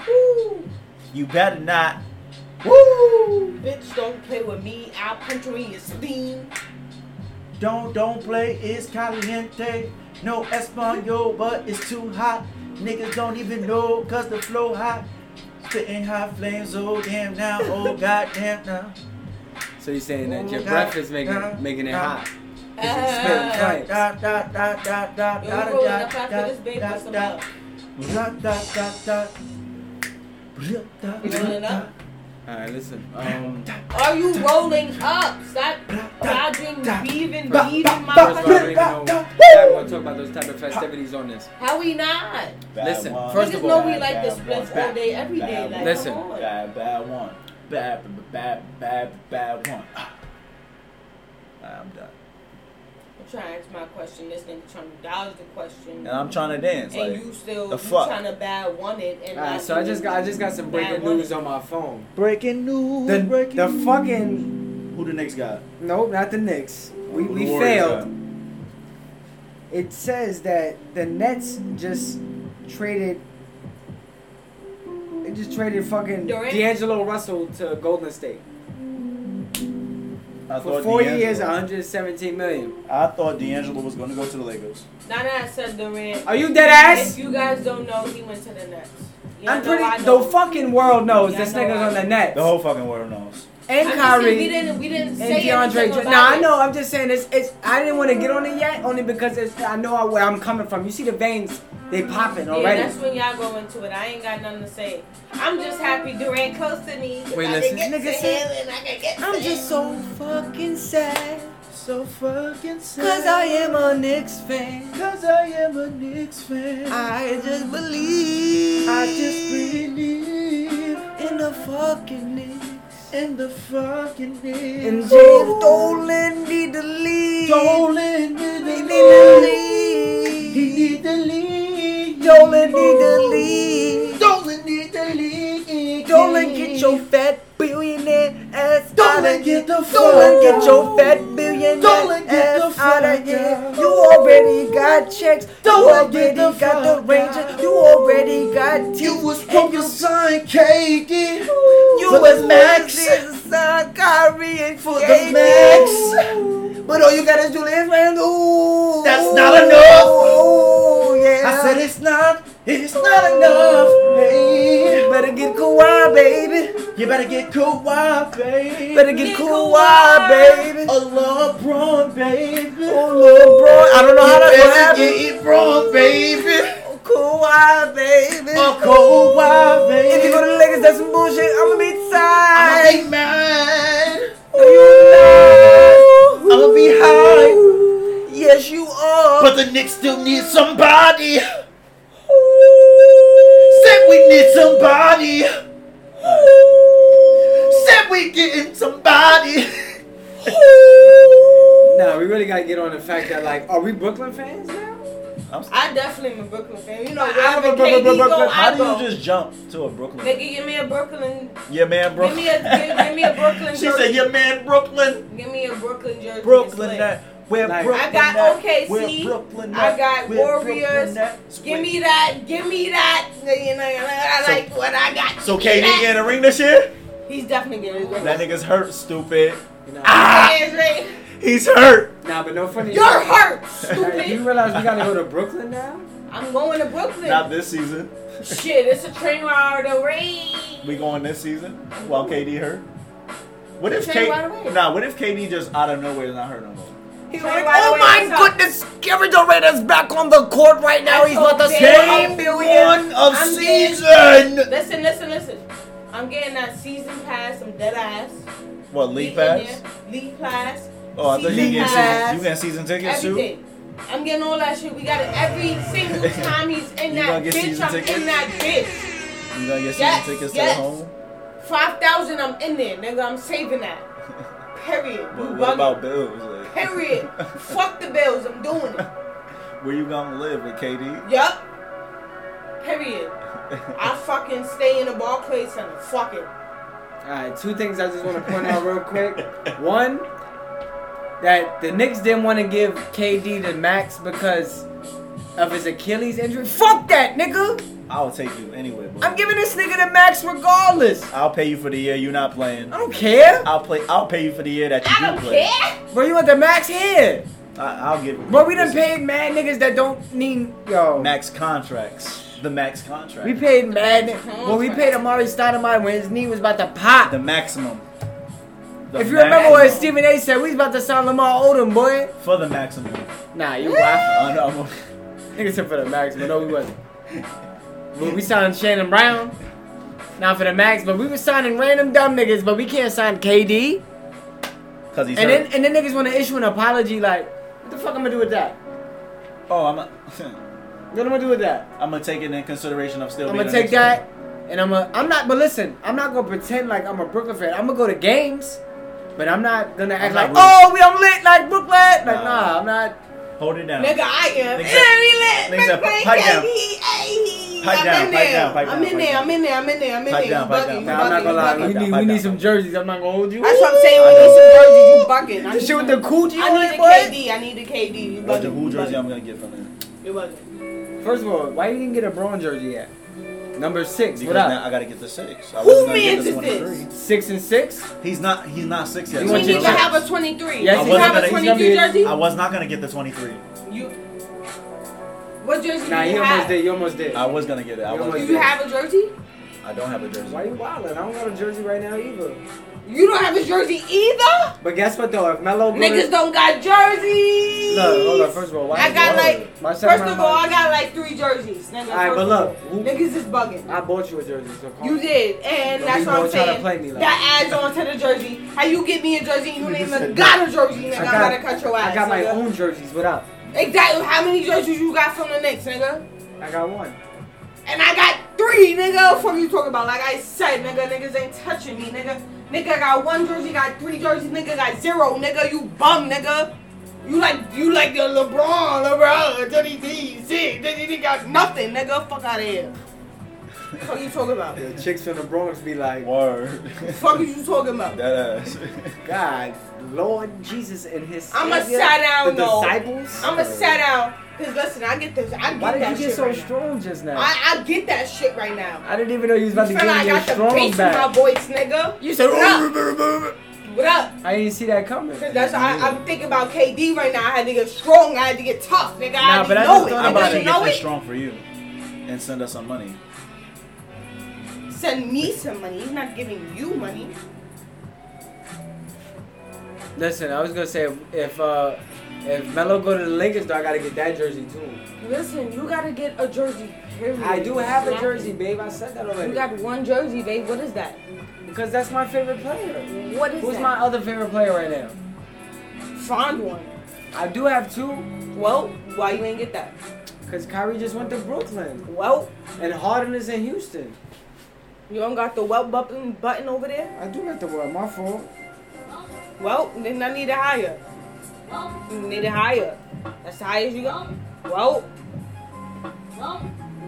Woo.
You better not. Woo!
Bitch, don't play with me. I'll punch you in your spleen.
Don't don't play, it's caliente. No espanol, but it's too hot. Niggas don't even know, cause the flow hot. Spitting hot flames, oh damn now, oh goddamn now.
So you saying that your
Oh,
breath
God.
is making
God.
making it
God.
hot?
Ah.
Right.
Da, da, da, da, da,
Yo,
da,
we rolling
da,
up after
da,
this babe
da,
with some
da.
help.
Da, da, da, da. Da, da,
You
da,
rolling
da.
up?
All right, listen. Um,
Are you rolling up? Stop dodging, weaving, beating
Bah,
my
first of all, I don't
fucking.
even know. I don't want to talk about those type of festivities on this.
How we not?
Bad
Listen,
one.
first
Niggas
of
know
all,
we like the splits
one.
all day, every day.
Bad
Like,
one.
Listen.
Come on.
Bad, bad one. Bad, bad, bad, bad one. Ah. I'm done.
I'm trying to answer my question. This nigga trying to dodge the question.
And I'm trying to dance.
and
Like,
you still
the
you
fuck?
trying to bad one it and
All right,
not
so I
do
just got I just got some breaking
bad one
news
it.
on my phone.
breaking news.
The
breaking
the
news.
fucking
Who the next guy?
nope, not the Knicks. We
Who
we
the Warriors
failed. It says that the Nets just traded. They just traded fucking
Durant?
D'Angelo Russell to Golden State
Guy? I
for
thought
four
D'Angelo-
years, 117 million.
I thought D'Angelo was going to go to the Lakers.
Nah, nah, I said Durant.
Are you dead ass?
If you guys don't know, he went to the Nets. Yeah, I
I'm
know,
pretty.
I
The
know.
fucking world knows
Yeah,
this
I know,
nigga's
I
on the
know.
Nets.
The whole fucking world knows.
and
I'm just saying,
Kyrie.
We didn't. We didn't
And
say
DeAndre,
anything
Jordan.
about
Nah, I
it.
know. I'm just saying it's. It's. I didn't want to get on it yet, only because it's. I know I- where I'm coming from. You see the veins, they popping
Yeah,
already.
that's when y'all go into it. I ain't got nothing to say. I'm just happy Durant close to me. 'cause
Wait,
I
listen.
can get
Nigga
to
said-
him and I can get to
I'm just so
him.
fucking sad,
So fucking sad.
cause I am a Knicks fan.
Cause I am a Knicks fan.
I just believe.
I just believe
in the fucking Knicks.
in the fucking Knicks.
And James Dolan need to leave.
Dolan
He need
need the
to
lead. He
leave.
need the lead.
Dolan need to leave.
Dolan need the lead.
Dolan, get your fat billionaire ass
Dolan,
outta here.
get the
Dolan,
fuck
get your
out.
fat billionaire
Dolan, get the
ass outta
fuck
here.
out.
You already got checks.
Dolan,
you
get
already
the
got the
fuck out.
Ranger. You already got
You
teeth.
was
And
from
you-
your son, KD.
You
for
was
the
Max,
Max.
son, Kyrie, and
For the
KD.
Max.
But all you got is Julius Randle.
That's not
Ooh,
enough.
Oh, yeah. Oh.
I said it's not, it's not enough. Hey.
Better get Kawhi, baby.
You better get Kawhi, baby.
Better get cool, why, baby?
a LeBron, baby.
Oh, LeBron. I don't know how
you
that
better
happened.
get it wrong, baby.
Kawhi, baby.
A Kawhi, baby.
If you go to the Lakers, that's some bullshit. I'ma be
I'ma be
tight.
mad.
Ooh.
I'ma be high.
Yes, you are.
But the Knicks still need somebody.
Ooh.
Said we need somebody. Said we getting somebody.
Nah, we really gotta get on the fact that like, are we Brooklyn fans now?
I definitely am a Brooklyn fan. You know,
I'm
wherever
a Brooklyn-
KD
Brooklyn-
go,
How
I
do
go.
you just jump to a Brooklyn?
Nigga, give me a Brooklyn.
Yeah,
Give
man,
me a,
Brooklyn.
give, give me a Brooklyn
She said,
jersey.
"Yeah, man, Brooklyn,
Give me a Brooklyn jersey. and
Brooklyn,
slay.
that we're
Like-
Brooklyn,
I got
at.
OKC,
We're Brooklyn,
I
at.
got
We're
Warriors.
Brooklyn at.
Give me that. Give me that. You know, I like what I got.
So
Give me
KD
that.
in the ring this year?
He's definitely getting his
That Ah! nigga's hurt, stupid.
You know?
Hands raised.
He's hurt.
Nah, but no funny.
You're hurt,
Like, you
stupid.
realize we gotta go to Brooklyn now?
I'm going to Brooklyn.
Not this season.
Shit, it's a train ride away.
We going this season while KD hurt. What if
Train right
KD?
away.
Nah, what if KD just out of nowhere is not hurt no more?
He
Train like, right "Oh away, my what's up?"
goodness, Gary Doretta's back on the court right
now. He's not the same.
Game one of
I'm
season.
Listen, listen, listen. I'm getting that season pass. I'm dead ass.
What league pass?
League pass.
Oh, I thought you
League
getting
pass.
season. You getting season tickets too?
Everything. I'm getting all that shit. We got it every single time he's in
You gonna
that
get
bitch.
season
I'm
tickets?
in that bitch.
You gonna get season
Yes,
tickets
yes.
to the home?
Five thousand. I'm in there, nigga. I'm saving that. Period.
What,
You
what
bugging.
about Bills? Like,
Period. Fuck the bills. I'm doing it.
Where you gonna live with KD?
Yup. Period. I fucking stay in the Barclays Center. Fuck it.
Alright, two things I just wanna point out real quick. One, that the Knicks didn't wanna give KD the max because of his Achilles injury. Fuck that, nigga!
I'll take you anyway, boy.
I'm giving this nigga the max regardless.
I'll pay you for the year you're not playing.
I don't care.
I'll play. I'll pay you for the year that you
I
do
don't
play.
care.
Bro, you want the max here.
I, I'll give.
Bro, we done paid mad niggas that don't need yo.
max contracts. The max contract.
We paid mad. Well, we paid Amari Stoudemire when his knee was about to pop.
the maximum. The
If you remember what
maximum.
Stephen A. said, we was about to sign Lamar Odom, boy.
for the maximum.
Nah, you wild.
I know.
Niggas said for the max, but no, we wasn't. But we signed Shannon Brown. Not for the max, but we were signing random dumb niggas, but we can't sign KD.
Because he's
And
hurt.
then and then niggas want to issue an apology like, what the fuck I'm gonna do with that?
oh, I'm. A,
What am I gonna do with that?
I'm gonna take it in consideration. I'm still.
I'm
being
gonna
the
take
next
that, and I'm gonna. I'm not. But listen, I'm not gonna pretend like I'm a Brooklyn fan. I'm gonna go to games, but I'm not gonna act
not
like,
rooting.
oh, we on lit like Brooklyn. Like,
Nah.
nah, I'm not.
one. Hold it down.
Nigga, I am.
Nigga,
Every
nigga,
lit. Nigga,
pipe down.
KD,
Pipe
I'm
down,
in there. I'm in
pipe down, pipe down, pipe
there.
down.
I'm in there. I'm in there. I'm in
Pipe
there.
down,
You bugging.
pipe down.
You
Nah, I'm not gonna lie.
bugging.
We
You bugging.
down,
need,
pipe
we
down.
need some jerseys. I'm not gonna hold you.
That's what I'm saying. When these jerseys, you bugging. I
The
need
shit with the
some-
coochie
I
on
need
it,
a
boy.
KD. I need a KD. You
What the
bugging.
who
You
jersey I'm
bugging.
gonna get from him?
You bugging.
First of all, why you didn't get a Braun jersey yet? Number six.
Because
what up?
now I gotta get the six. I
Who
wasn't gonna get
mans
the
is this?
23.
Six and six.
He's not. He's not six yet.
You
We
want
need
your
to
jerseys?
have a 23.
Yes,
Yes, you
he's
have
gonna-
a
he's
22
gonna
jersey?
I was not gonna get the 23.
You. What jersey
Nah,
do
you
you
almost
have?
did. You almost did.
I was gonna get it. I
You
was.
almost
Do
did.
you have a jersey?
I don't have a jersey.
Why you wildin'? I don't got a jersey right now either.
You don't have a jersey either?
But guess what though? If Melo go to-
Niggas don't got jerseys.
No, hold on. First of all, why?
I
you
got
wildin'?
like,
My
first
second
of
round
all,
ballot.
I got like three jerseys. Nigga,
All right,
first
but
of
look,
all.
who-
niggas is bugging.
I bought you a jersey. So call
You
me.
did, and
Yo,
that's
you
what I'm
gonna try to
saying.
play me like
that adds on to the jersey. How you get me a jersey and you ain't even got a jersey, nigga?
I
I,
got-
gotta cut your ass.
I got my
nigga.
own jerseys. What up?
Exactly. How many jerseys you got from the Knicks, nigga?
I got one.
And I got three, nigga. What fuck you talking about? Like I said, nigga, niggas ain't touching me, nigga. Nigga got one jersey, got three jerseys, nigga got zero, nigga. You bum, nigga. You like you like the LeBron, LeBron, Johnny D, Z, nigga. You got nothing, nigga. Fuck out of here. Fuck you talking about?
The chicks from the Bronx be like,
Word.
Fuck is you talking about?
that ass.
God, Lord Jesus and His.
I'ma
Savior,
sit down,
The
though.
disciples.
I'ma sat down, cause listen, I get this. I get
Why
that
did you get
shit
so
right now.
strong just now? I,
I, I get that shit right now.
didn't even know you was about to
You
get
feel like I
your
got the
strong
bass in my
back.
voice, nigga.
You said,
What up?
"Oh,
What up?
I didn't see that coming.
Cause that's I, I'm thinking about KD right now. I had to get strong. I had to get tough, nigga. I
Nah,
had
but
to
I
know
just
it.
thought
I'm
I
about
about
got
to
it.
to
get
know
this
it.
strong for you, and send us some money.
send me some money. He's not giving you money.
Listen, I was gonna say if if, uh, if Melo go to the Lakers, though, I gotta get that jersey too.
Listen, you gotta get a jersey. Period.
I do have a
Stop
jersey,
it.
babe. I said that
You
already.
got one jersey, babe. What is that?
Because that's my favorite player.
What is
Who's
that?
my other favorite player right now?
Find one.
I do have two.
Well, why you ain't get that?
Cause Kyrie just went to Brooklyn,
Well,
and Harden is in Houston.
you don't got the well button button over there.
I do got the word. My fault.
Well, then I need it higher. You need it higher. That's the highest you got. Well,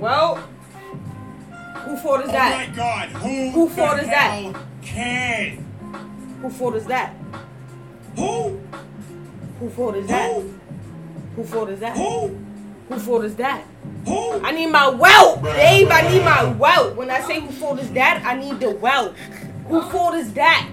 well. Who fault is that?
Oh God, who?
Who fault is that?
Can
Who fault is that?
who?
Who fault is that? Who fault is that?
Who?
Who fault is that?
Who?
I need my wealth, babe. I need my wealth. When I say who fault is that, I need the wealth. Who fault is that?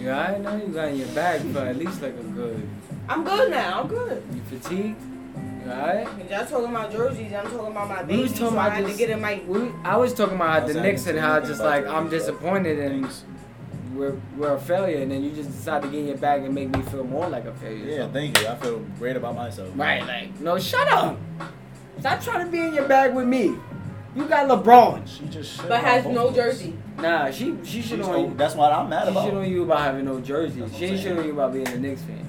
Yeah, I know you got in your bag, but at least like a good.
I'm good now. I'm good.
You fatigued? You alright?
And y'all talking about jerseys. I'm talking about my
We
baby.
was talking
so I
about
had to
this-
get in my.
We, I was talking about how
I
the
was
Knicks and
asking
how
you
just
about
like
your
I'm
stuff.
disappointed and we're we're a failure, and then you just decide to get in your bag and make me feel more like a failure.
Yeah, thank you. I feel great about myself.
Right, like no, shut up. Stop trying to be in your bag with me. You got LeBron.
She just shit
But
on
has
both
no
of us.
jersey.
Nah, she she
She's
should
on-
on you.
that's what I'm mad
She
about.
should on you about having no jersey.
That's what
She
I'm
ain't shit
saying.
on you about being a Knicks fan.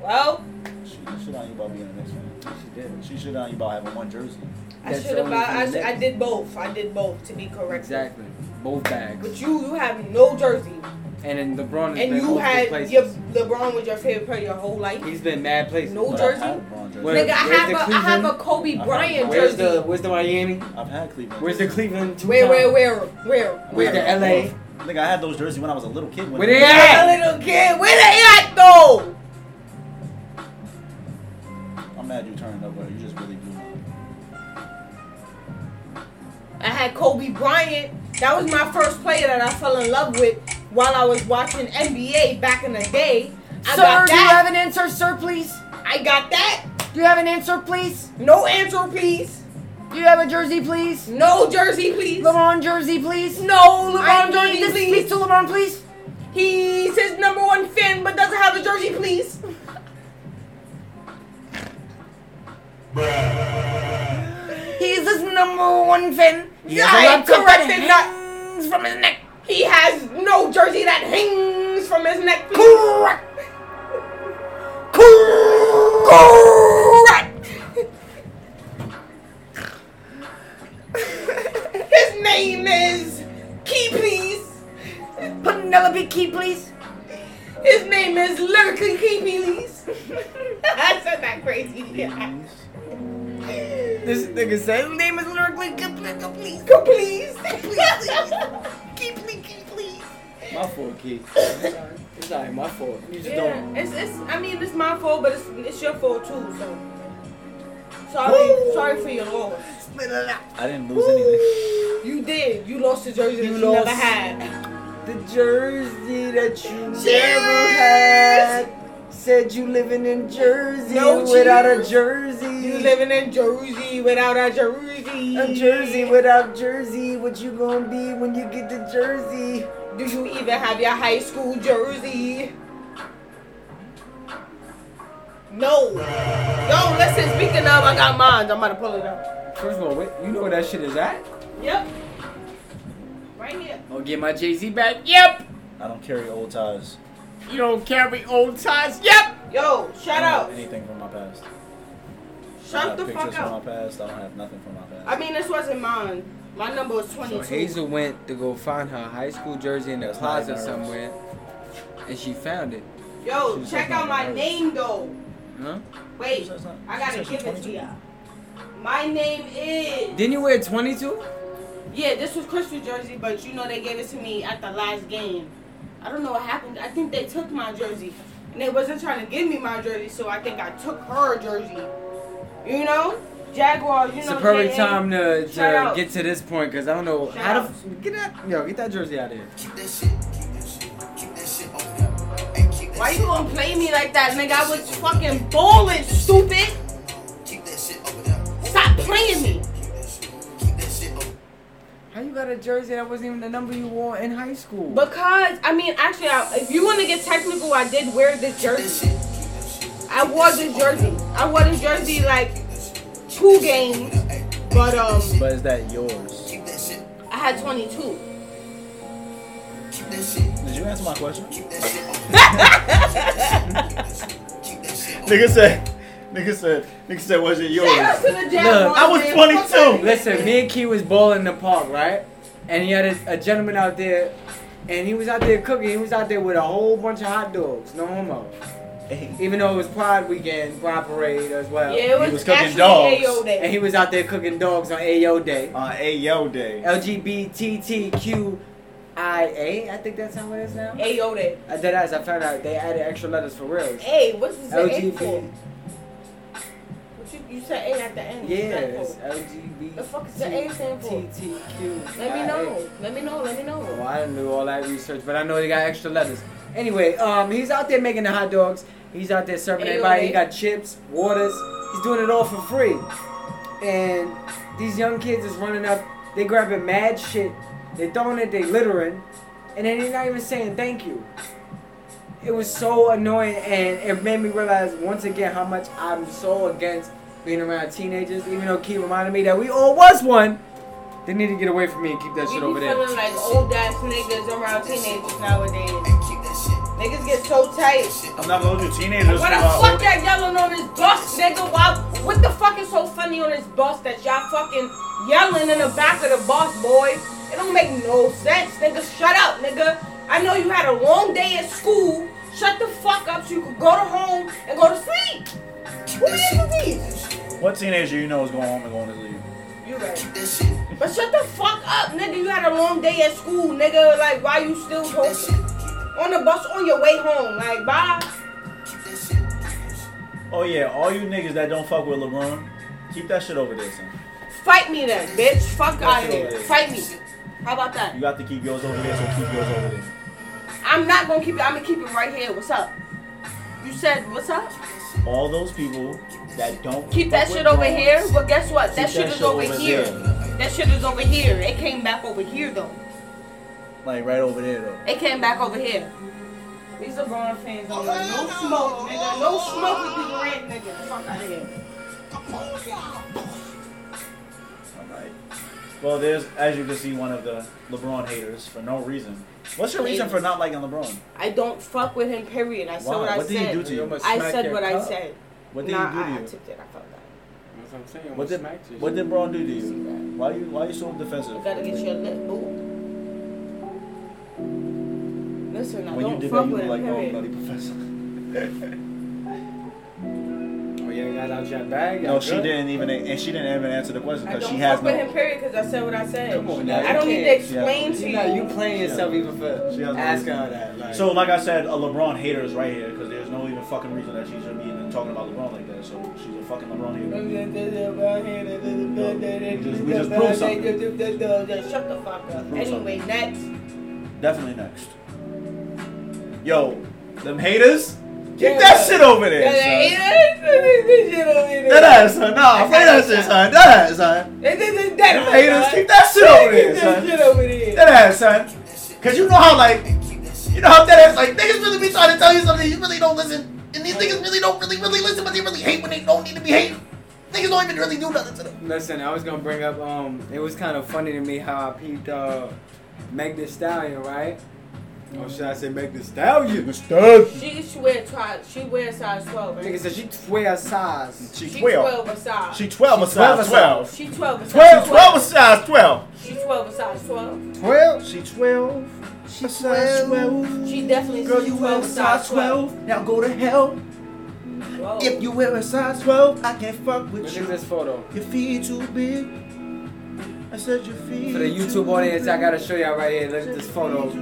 Well,
She shit on you about being the next man.
She did.
She shit on you about having one jersey.
I
That's
should
the
have.
only
I,
thing
should- I
that-
did both. I did both to be correct.
Exactly. Both
But
bags.
you, you have no jersey,
And then LeBron has
and
been
you
all
had
places.
your LeBron was your favorite player your whole life.
He's been mad places.
No
But
jersey?
I've had LeBron jersey.
Where-
Nigga, I
where's
have
the
a I have a
Cleveland?
Kobe
Uh-huh.
Bryant
Where's
jersey.
the Where's the Miami?
I've had Cleveland.
Where's the Cleveland? two
Where,
time?
where, where, where,
Where's the
where?
LA?
Nigga, I had those jerseys when I was a little kid. When
Where they at?
Yeah, little kid, where they at though?
I'm mad you turned up, bro. You just really blew me.
I had Kobe Bryant. That was my first player that I fell in love with while I was watching NBA back in the day. I
Sir,
got
do you have
that.
an answer, sir, please?
I got that.
Do you have an answer, please?
No answer, please.
Do you have a jersey, please?
No jersey, please. No
LeBron jersey, please? I
LeBron
need
jersey,
this speak
please.
to LeBron, please.
He's his number one fan, but doesn't have a jersey, please.
He is his number one fan.
Yeah,
I
I'm corrected. Not.
hangs from his neck.
He has no jersey that hangs from his neck. please.
Correct. Correct.
His name is Key, please.
Penelope Key, please.
His name is Lyrically Key, please. I said that crazy.
This nigga said his name is
Lyrically Key, please. please.
Go, please.
Key, please, Key, please.
my fault, Keith. It's alright. It's alright, my fault. You just
Yeah,
don't.
it's, it's, I mean, it's my fault, but it's, it's your fault too, so. Sorry, sorry for your loss.
I didn't lose anything.
You did. You lost the jersey that
You
you
lost.
never had.
The jersey that you never
Cheers!
had said you living in Jersey
No
without a
cheers.
jersey.
You living in Jersey without a jersey.
a Jersey without Jersey. What you gonna be when you get to Jersey?
Do you even have your high school jersey? No. Yo, listen, speaking of, I got mine. I'm about to pull it up.
First of all, wait, you know where that shit is at?
Yep. Right here.
I'll get my Jay Z back. Yep.
I don't carry old ties.
You don't carry old ties. Yep.
Yo,
I
shout
don't have
out.
anything from my past. I
Shut
uh,
don't
the
have
fuck
pictures from my
up.
past. I don't have nothing from my past.
I mean, this wasn't mine. My number was 22.
So Hazel went to go find her high school jersey in the
That's not in
closet
ours.
somewhere, and she found it.
Yo,
She's
check
not
out my
ours.
name though.
Huh?
Wait, I gotta give it to y'all. My name is.
Didn't you wear 22?
Yeah, this was Christmas jersey, but you know they gave it to me at the last game. I don't know what happened. I think they took my jersey, and they wasn't trying to give me my jersey, so I think I took her jersey. You know, Jaguars. You know,
It's the
what
perfect time
I'm saying?
to,
Shout
to
out.
get to this point because I don't know
Shout
how to
out.
f- get that. Yo, get that jersey out of here.
Keep that shit. Keep that shit. Keep that shit open. Hey, keep that
Why you
shit-
gonna play me like that, nigga? I was fucking bowling, stupid.
Keep that shit open.
Stop playing me.
Keep that shit. Keep that shit open.
How you got a jersey that wasn't even the number you wore in high school?
Because I mean, actually, I, if you want to get technical, I did wear this jersey. I wore this jersey. I wore this jersey like two games, but
uh,
um,
But is that yours? Did
I had 22.
you answer my question? nigga said, nigga said, nigga said, was it yours?
Take us to the jam.
Look,
Marvin.
I was 22.
Listen, me and Key was bowling in the park, right? And he had a, a gentleman out there, and he was out there cooking. He was out there with a whole bunch of hot dogs, no homo.
Hey,
Even though it was Pride Weekend, Pride Parade as well.
Yeah, it was,
He was cooking
actually
dogs.
AO day.
And he was out there cooking dogs on AO Day.
on AO Uh, day.
LGBTQIA, I think that's how it is now.
AO day.
I did as I found out they added extra letters for real.
A, what's this A
LGBT.
for? What you, you said A at the end.
Yeah,
What's that
it's
for?
LGBT.
The fuck is the A stand for?
TTQ.
Let me know. Let me know. Let me
Well,
know.
Oh, I didn't do all that research, but I know they got extra letters. Anyway, um, he's out there making the hot dogs. He's out there serving
Hey, yo,
everybody. He
man.
got chips, waters. He's doing it all for free. And these young kids is running up. They grabbing mad shit. They throwing it. They littering, and then they're not even saying thank you. It was so annoying, and it made me realize once again how much I'm so against being around teenagers. Even though Key reminded me that we all was one. They need to get away from me and keep that
We be
shit over there.
feeling like old ass niggas around teenagers nowadays. Niggas get so tight.
I'm not gonna do teenagers.
Why the fuck y'all yelling on this bus, nigga? Why? What the fuck is so funny on this bus that y'all fucking yelling in the back of the bus, boys? It don't make no sense, nigga. Shut up, nigga. I know you had a long day at school. Shut the fuck up so you could go to home and go to sleep. Who is these?
What teenager you know is going home and going to leave?
You right. But shut the fuck up, nigga. You had a long day at school, nigga. Like, why you still posting? On the bus on your way home. Like, bye.
Oh yeah, all you niggas that don't fuck with LeBron, keep that shit over there, son.
Fight me then, bitch. Fuck out of here.
Absolutely.
Fight me. How about that?
You got to keep yours over there, so keep yours over there.
I'm not gonna keep it. I'm gonna keep it right here. What's up? You said what's up?
All those people that don't
Keep that
fuck
shit
with
over
LeBron,
here. Well, guess what?
keep
That shit is over here.
there.
That shit is over here. It came back over here though.
Like right over there though.
It came back over here. These LeBron fans don't want no smoke, nigga. No smoke with these rant niggas. Fuck out of here.
Alright. Well, there's as you can see one of the LeBron haters for no reason. What's your reason for not liking LeBron?
I don't fuck with him. Period. I said
Why?
what, I
What did he
said.
do to you?
Almost
I
smacked
said
your
what I
cup.
said.
What did
nah,
he
I, I
do to you?
tipped it. I felt that.
That's what I'm saying.
What
What
did What did LeBron do to you? Why you Why you so defensive?
You gotta get your lip boo. Listen, I
when you
don't
did that,
fuck
you
with
were
him.
like, oh,
period.
bloody professor.
Oh, yeah, got out your bag.
No,
y'all
she
good?
didn't even, and she didn't even answer the question
I
because
don't
she has
fuck with him,
no.
period, because I said what I said.
Come on now,
I don't
you
need to
can't.
explain to
You
you.
know, you playing yourself even
She
for
has no
asking
reason.
her that. Like,
So, like I said, a LeBron hater is right here because there's no even fucking reason that she should be even talking about LeBron like that. So she's a fucking LeBron hater. We just- we just proved
something. Shut the fuck up.
Proved something.
Anyway, next.
Definitely next. Yo, them haters, keep
Yeah.
that shit over there. son. That
That
ass, son. Nah, play that shit, son. That ass, son. Them haters, keep that shit over there, son. That ass, son. Cause you know how like, you know how that ass like niggas really be trying to tell you something, you really don't listen, and these niggas really don't really really listen, but they really hate when they don't need to be hating. Niggas don't even really do nothing to them.
listen, I was gonna bring up. Um, it was kind of funny to me how I peeped uh, Meg The Stallion, right?
Oh,
Or should I say Meg The Stallion?
She she wear size. She wear size twelve.
Nigga
Right?
said she twelve size.
She
She
12.
twelve a size.
She 12 a size 12.
She twelve a size.
She 12 a size 12.
She twelve a size twelve.
Twelve.
She 12. She size 12.
She definitely
Girl,
she
you wear a
twelve a
size 12. Now go to hell.
Whoa.
If you wear a size 12, I can't fuck with
Look at
you.
this photo.
Your feet too big. I said your feet.
For the YouTube audience, I gotta show y'all right here. Look at this photo.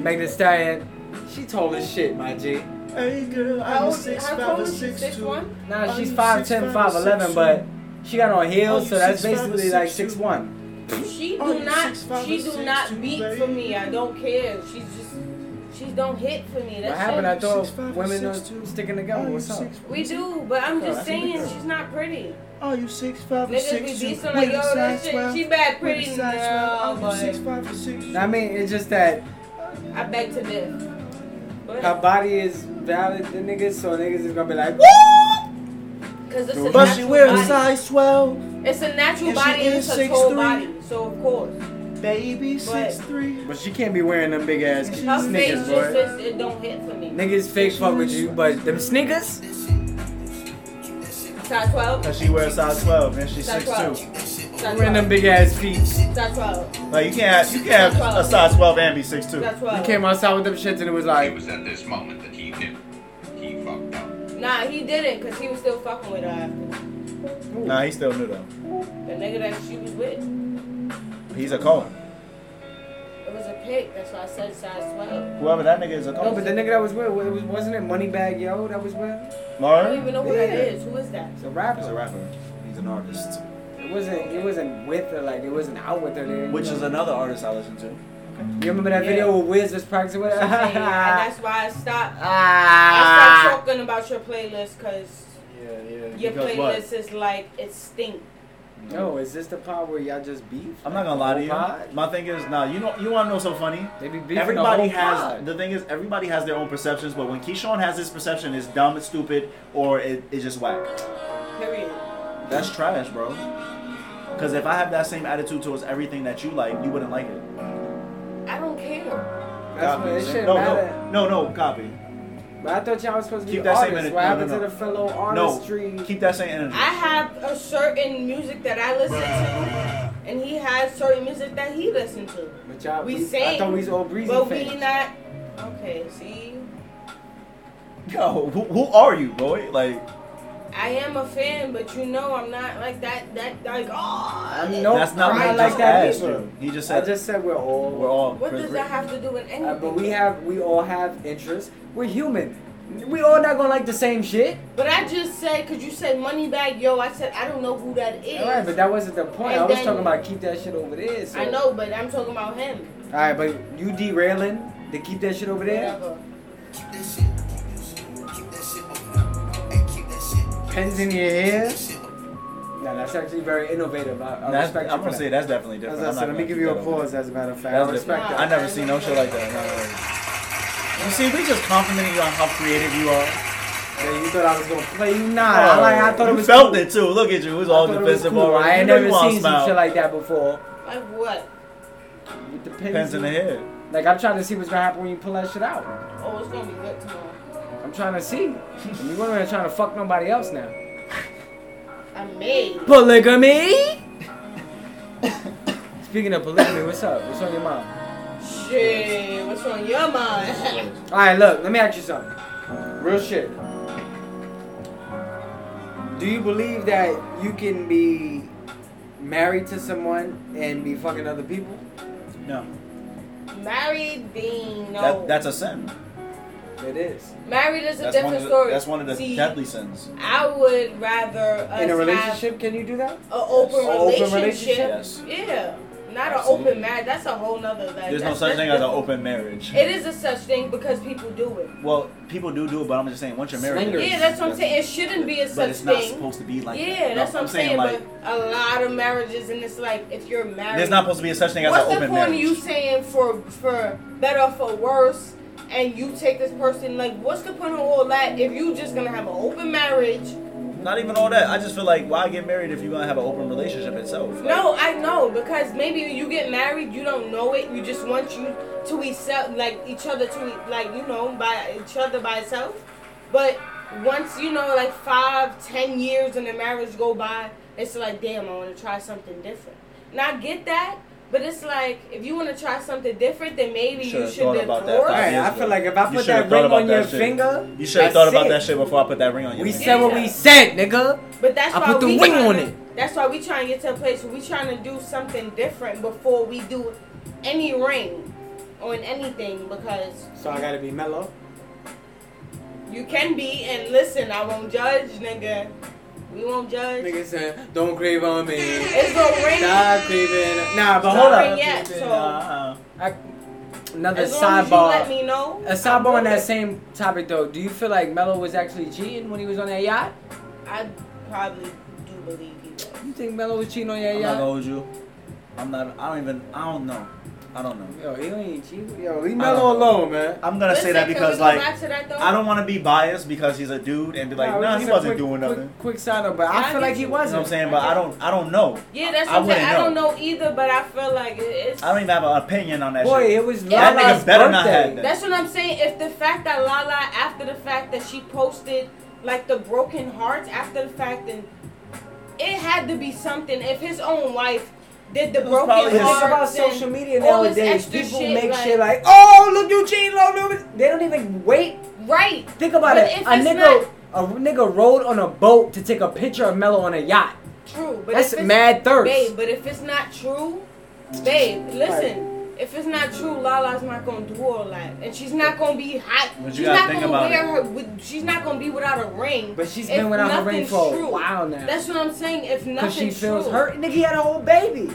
Meg The Stallion. She tall as shit, my G.
Hey girl,
How
I'm a
old-
six
how
five
tall
or
is she?
six, two.
6'1"?
Nah,
Are
she's
you
5'10",
6'5" or
5'11", but
6'2"?
she got on
Are
heels,
you
so that's
6'5" or
basically like
6'2"?
6'1".
She
Oh,
do
you
not.
six five
She
or
do
six two,
not beat for
baby.
me. I don't care. She's just. She don't hit for me.
What
That's
happened? I
it.
thought
6'5" or
women are
6'2".
sticking together. What's up?
We do, but I'm
Oh,
just
that's a big
saying
girl.
she's not pretty.
Are you six five
Niggas
or
be
six two?
decent like, yo, that shit, she bad pretty. No,
Are you six
but
five or six two?
I mean, it's just that
I beg to differ.
her
But,
body is valid to niggas, so niggas is gonna be like, woo!
Cause it's a
But she
natural
wears a
body.
size twelve,
It's a natural
and she
body and
is
it's a
6'3".
tall body, so of course.
baby six three.
But she can't be wearing them big ass
Her face
sneakers,
just,
boy.
just it don't hit for me.
Niggas fake fuck with you, but them sneakers?
Size 12?
Cause she wears size twelve and she's
Size
six two.
12.
Wearing them
Size
big ass feet.
12. Size 12.
Like you can't have you can't have a size twelve and be six two.
Size
He
12.
came outside with them shits and it was
It
like,
was at this moment that he knew he fucked up.
Nah, he didn't because he was still fucking with her after.
Nah, he still knew though.
The nigga that she was with.
He's a Cohen.
It was a pig, that's why I said size 12.
Whoever that nigga is a
no, but the
Cohen.
nigga that was with, it was, wasn't it Moneybag Yo that was with?
I don't even
Lauren.
know who that is. Who is that?
It's a rapper.
He's a rapper. He's an artist.
It wasn't, it wasn't with her, like, it wasn't out with her. they didn't,
Which
you
is
know.
another artist I listen to.
You remember that
Yeah.
video where Wiz was practicing with her?
and that's why I stopped. I
ah.
stopped talking about your playlist because
Yeah, yeah.
your playlist is like, it stink.
No, is this the part where y'all just beef?
I'm not gonna lie to
Pod?
you. My thing is, nah, you know, you wanna know so funny?
They be beefing the
Everybody
whole
has
pod.
the thing is everybody has their own perceptions, but when Keyshawn has his perception, it's dumb, it's stupid, or it, it's just whack.
Period.
That's trash, bro. Because if I have that same attitude towards everything that you like, you wouldn't like it.
I don't care.
That's what it shouldn't
no,
matter.
no, no, no, copy.
But I thought y'all was supposed to
Keep
be
that same
artists.
energy.
What
No,
happened
no,
to
no.
the fellow
No,
artistry?
keep that same energy.
I have a certain music that I listen to, and he has certain music that he listens to.
but y'all,
We
I
sing,
thought we was all breezy
But we
fans.
not. Okay, see?
Yo, who, who are you, boy? Like,
I am a fan, but you know I'm not like that. That like oh.
I'm no- Nope,
that's not
I'm
what
not
he
like
just
that
asked
either.
you. He just
I
said
just said we're all.
we're all.
What does
crazy.
that have to do with anything?
Uh, but we have, we all have interests. We're human. We all not gonna like the same shit.
But I just said because you said money bag, yo. I said I don't know who that is.
All right, but that wasn't the point.
And
I was
then-
talking about keep that shit over there. So.
I know, but I'm talking about him.
All right, but you derailing to keep that shit over there.
Whatever.
Pens in your hair. Nah, that's actually very innovative. I, I
That's, I'm
respect you.
gonna
for
say
that.
that's definitely
As
different.
I
I'm not
said, let me
gonna
give
keep
you
that
a
over there.
pause. As a matter of fact,
That's
I respect
different.
that.
I never seen no shit like that. No, no, no. You see, we just complimenting you on how creative you are.
that. Yeah, you thought I was gonna play you? Nah, I, like, I thought
Oh, you
it was
felt
cool.
it too. Look at you, it was
I
all
thought it was
defensive
cool.
already.
I
You
ain't
know you
never
wanna
seen
smile.
some shit like that before.
Like what?
With the pins,
Pins in the head.
Like I'm trying to see what's gonna happen when you pull that shit out.
Oh, it's gonna be lit tomorrow.
I'm trying to see. And you women are trying to fuck nobody else now.
I made.
Polygamy. Speaking of polygamy, what's up? What's on your mind?
Shit, what's on your mind?
All right, look, let me ask you something. Real shit. Do you believe that you can be married to someone and be fucking other people?
No,
Married being no.
that, that's a sin.
It is.
Married is a
That's one
different
of the,
story.
that's one of the
See,
deadly sins.
I would rather us
In a relationship, can you do that?
have an open
Open
relationship.
relationship?
Yes.
Yeah, not an
Absolutely.
open marriage. That's a whole nother. Like,
There's no
that's-
such
that's
thing as an
different.
open marriage.
It is a such thing because people do it.
Well, people do do it, but I'm just saying once you're married,
Swingers.
there's-
Yeah, that's what I'm saying. It shouldn't be a
But
such
it's not
thing.
supposed to be like that.
yeah,
No,
that's what I'm, saying.
Like,
but a lot of marriages, and it's like if you're married,
there's not supposed to be a such thing as an
What's the
open
point
marriage.
of you saying for for better or for worse, and you take this person like what's the point of all that if you just gonna have an open marriage?
Not even all that. I just feel like why get married if you're gonna have an open relationship itself? Like,
No, I know because maybe you get married, you don't know it. You just want you to accept like each other to like you know by each other by itself. But once you know like five, ten years in the marriage go by, it's like damn, I want to try something different. And I get that, but it's like if you want to try something different, then maybe
You
you
should
should
have thought
divorce.
about that
All
five
right,
years
I
ago.
feel like if I
You
put
should
that
have thought
ring
about
on
that
your
shit.
finger,
You should have
that's
thought about
it.
that shit before I put that ring on you.
We said what
Yeah.
we said, nigga.
But that's
I
why
put the
we
wing
tryna-
on it.
That's why we trying to get to a place where we trying to do something different before we do any ring on anything because
So I gotta be mellow.
you can be and listen. I won't judge, nigga. We won't judge.
Nigga said, don't crave on me.
It's gonna ring.
Stop creeping. Nah, but
Stop
hold
ringing.
up.
Yeah, so-
Nah. uh-uh.
I, another
as long as you
sidebar.
let me know.
A sidebar on
I
that
will.
same topic though. Do you feel like Melo was actually cheating when he was on that yacht?
I probably do believe he was.
You think Melo was cheating on your
I'm not gonna
yacht?
hold you. I'm not. I don't even. I don't know. I don't know.
Yo, he don't even cheat. Yo, leave
I
Melo
don't know.
alone, man.
I'm gonna
Listen,
say that
can we
because
go
like
back to that, though?
I don't want to be biased because he's a dude and be like,
Nah,
nah,
just
he
a
wasn't
quick-
doing
quick-
nothing.
Quick side note, but I
I
feel like
get
he
you.
You know what I'm
wasn't.
saying? But I don't. I don't know.
Yeah, that's
I
what I'm saying.
wouldn't
I don't know either, but I feel like it- it's.
I don't even have an opinion on that
Boy,
shit.
it was
That nigga
Lala's
better not have
birthday.
that.
That's what I'm saying. If the fact that Lala, after the fact that she posted like the broken hearts after the fact, and it had to be something. If his own wife did the broken
probably his-
Think
hearts,
about
and
social media
all this
nowadays.
extra
People
shit,
make
like-
shit like, oh, look, you cheating on Louis. They don't even wait.
right?
Think about
But
it.
if
A
it's
nigga, a nigga rode on a boat to take a picture of Melo on a yacht.
True, but
That's
if it's,
mad thirst.
babe. But if it's not true, babe, listen. If it's not true, Lala's not gonna do all that, and she's not gonna be hot.
But you
she's
gotta
not
think
gonna
about
wear her. With, she's not gonna be without a ring.
But she's
if
been without her ring
nothing's
for a
true.
while now.
That's what I'm saying. If
Because she
nothing's
feels
true,
hurt. Nigga, he had a whole baby.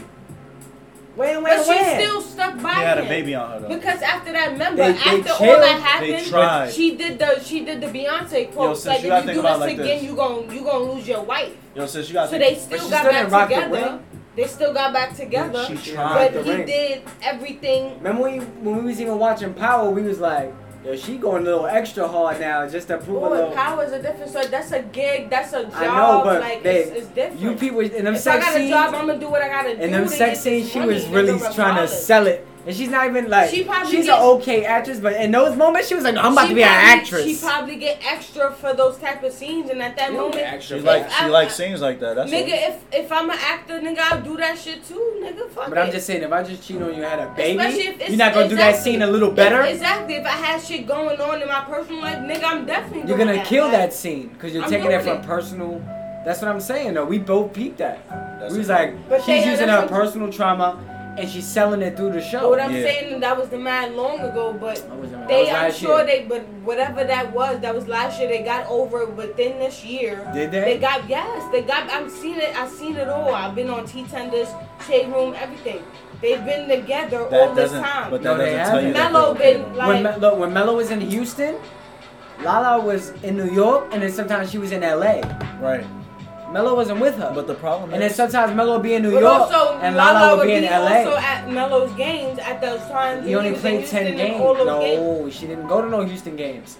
Wait, wait,
But she's
wait.
still stuck by
He had a
him.
baby on her though.
Because after that, remember,
They- they
after all
chilled.
that
They
happened,
tried.
she did the she did the Beyonce quote.
sis,
like
you gotta
if you
think
do
about
this
it like
again,
this.
you gon' you gonna lose your wife.
Yo, sis, you got.
So they still
she
got
still didn't
back
rock the
together.
ring.
They still got back together.
She
rocked
but
the
tried.
he
ring.
did everything.
Remember when, you, when we was even watching Power, we was like, yo, she going a little extra hard now just to prove a
Oh,
little.
and power is a different. So that's a gig. That's a job.
I know, but
like
babe,
it's, it's different.
You people in them
if I
sex
got a
scenes,
job, I'm gonna do what I gotta do.
in them
to
sex
get
scenes,
this
she
money,
was
nigga,
really trying to
regardless.
sell it, and she's not even like
She probably
she's
gets-
an okay actress, but in those moments, she was like, I'm about
She
to be an
probably-
actress.
She probably get extra for those type of scenes, and at that moment,
She like. She
I-
like scenes like that. That's
nigga,
all.
if if I'm an actor, nigga, I'll do that shit too, nigga. Fuck
but I'm
it.
just saying, if I just cheat on you and had a baby,
Especially if it's-
you're not gonna do that
exactly.
scene a little better.
Exactly. If I had shit going on in my personal life, nigga, I'm definitely
You're
doing
gonna kill
like,
that scene because you're
I'm
taking it from
doing it.
personal. That's what I'm saying though. We both peeped that.
That's
we was
it.
like,
But
she's
they-
using her
that's what-
personal trauma and she's selling it through the
But
show.
what I'm
Yeah.
saying that was the man long ago, but
That was- that was
they, I'm
last
sure
year.
they, but whatever that was, that was last year. They got over it within this year.
Did they?
They got yes. They got. I've seen it. I've seen it all. I've been on T tenders, shade room, everything. They've been together all
That
this
doesn't.
time.
But
No,
that
they
doesn't tell you that.
Mellow
they're okay,
been
though.
like-
when Me- look, when Mello was in Houston, Lala was in New York, and then sometimes she was in L.A.
Right.
Mello wasn't with her,
But the problem
and then
is.
sometimes Mello would be in New
But
York,
also,
and Lala, would be in L.A.
also at Melo's games at those times.
He
when
only
was in
played
Houston
ten
and
games.
all those games.
No, she didn't go to no Houston games.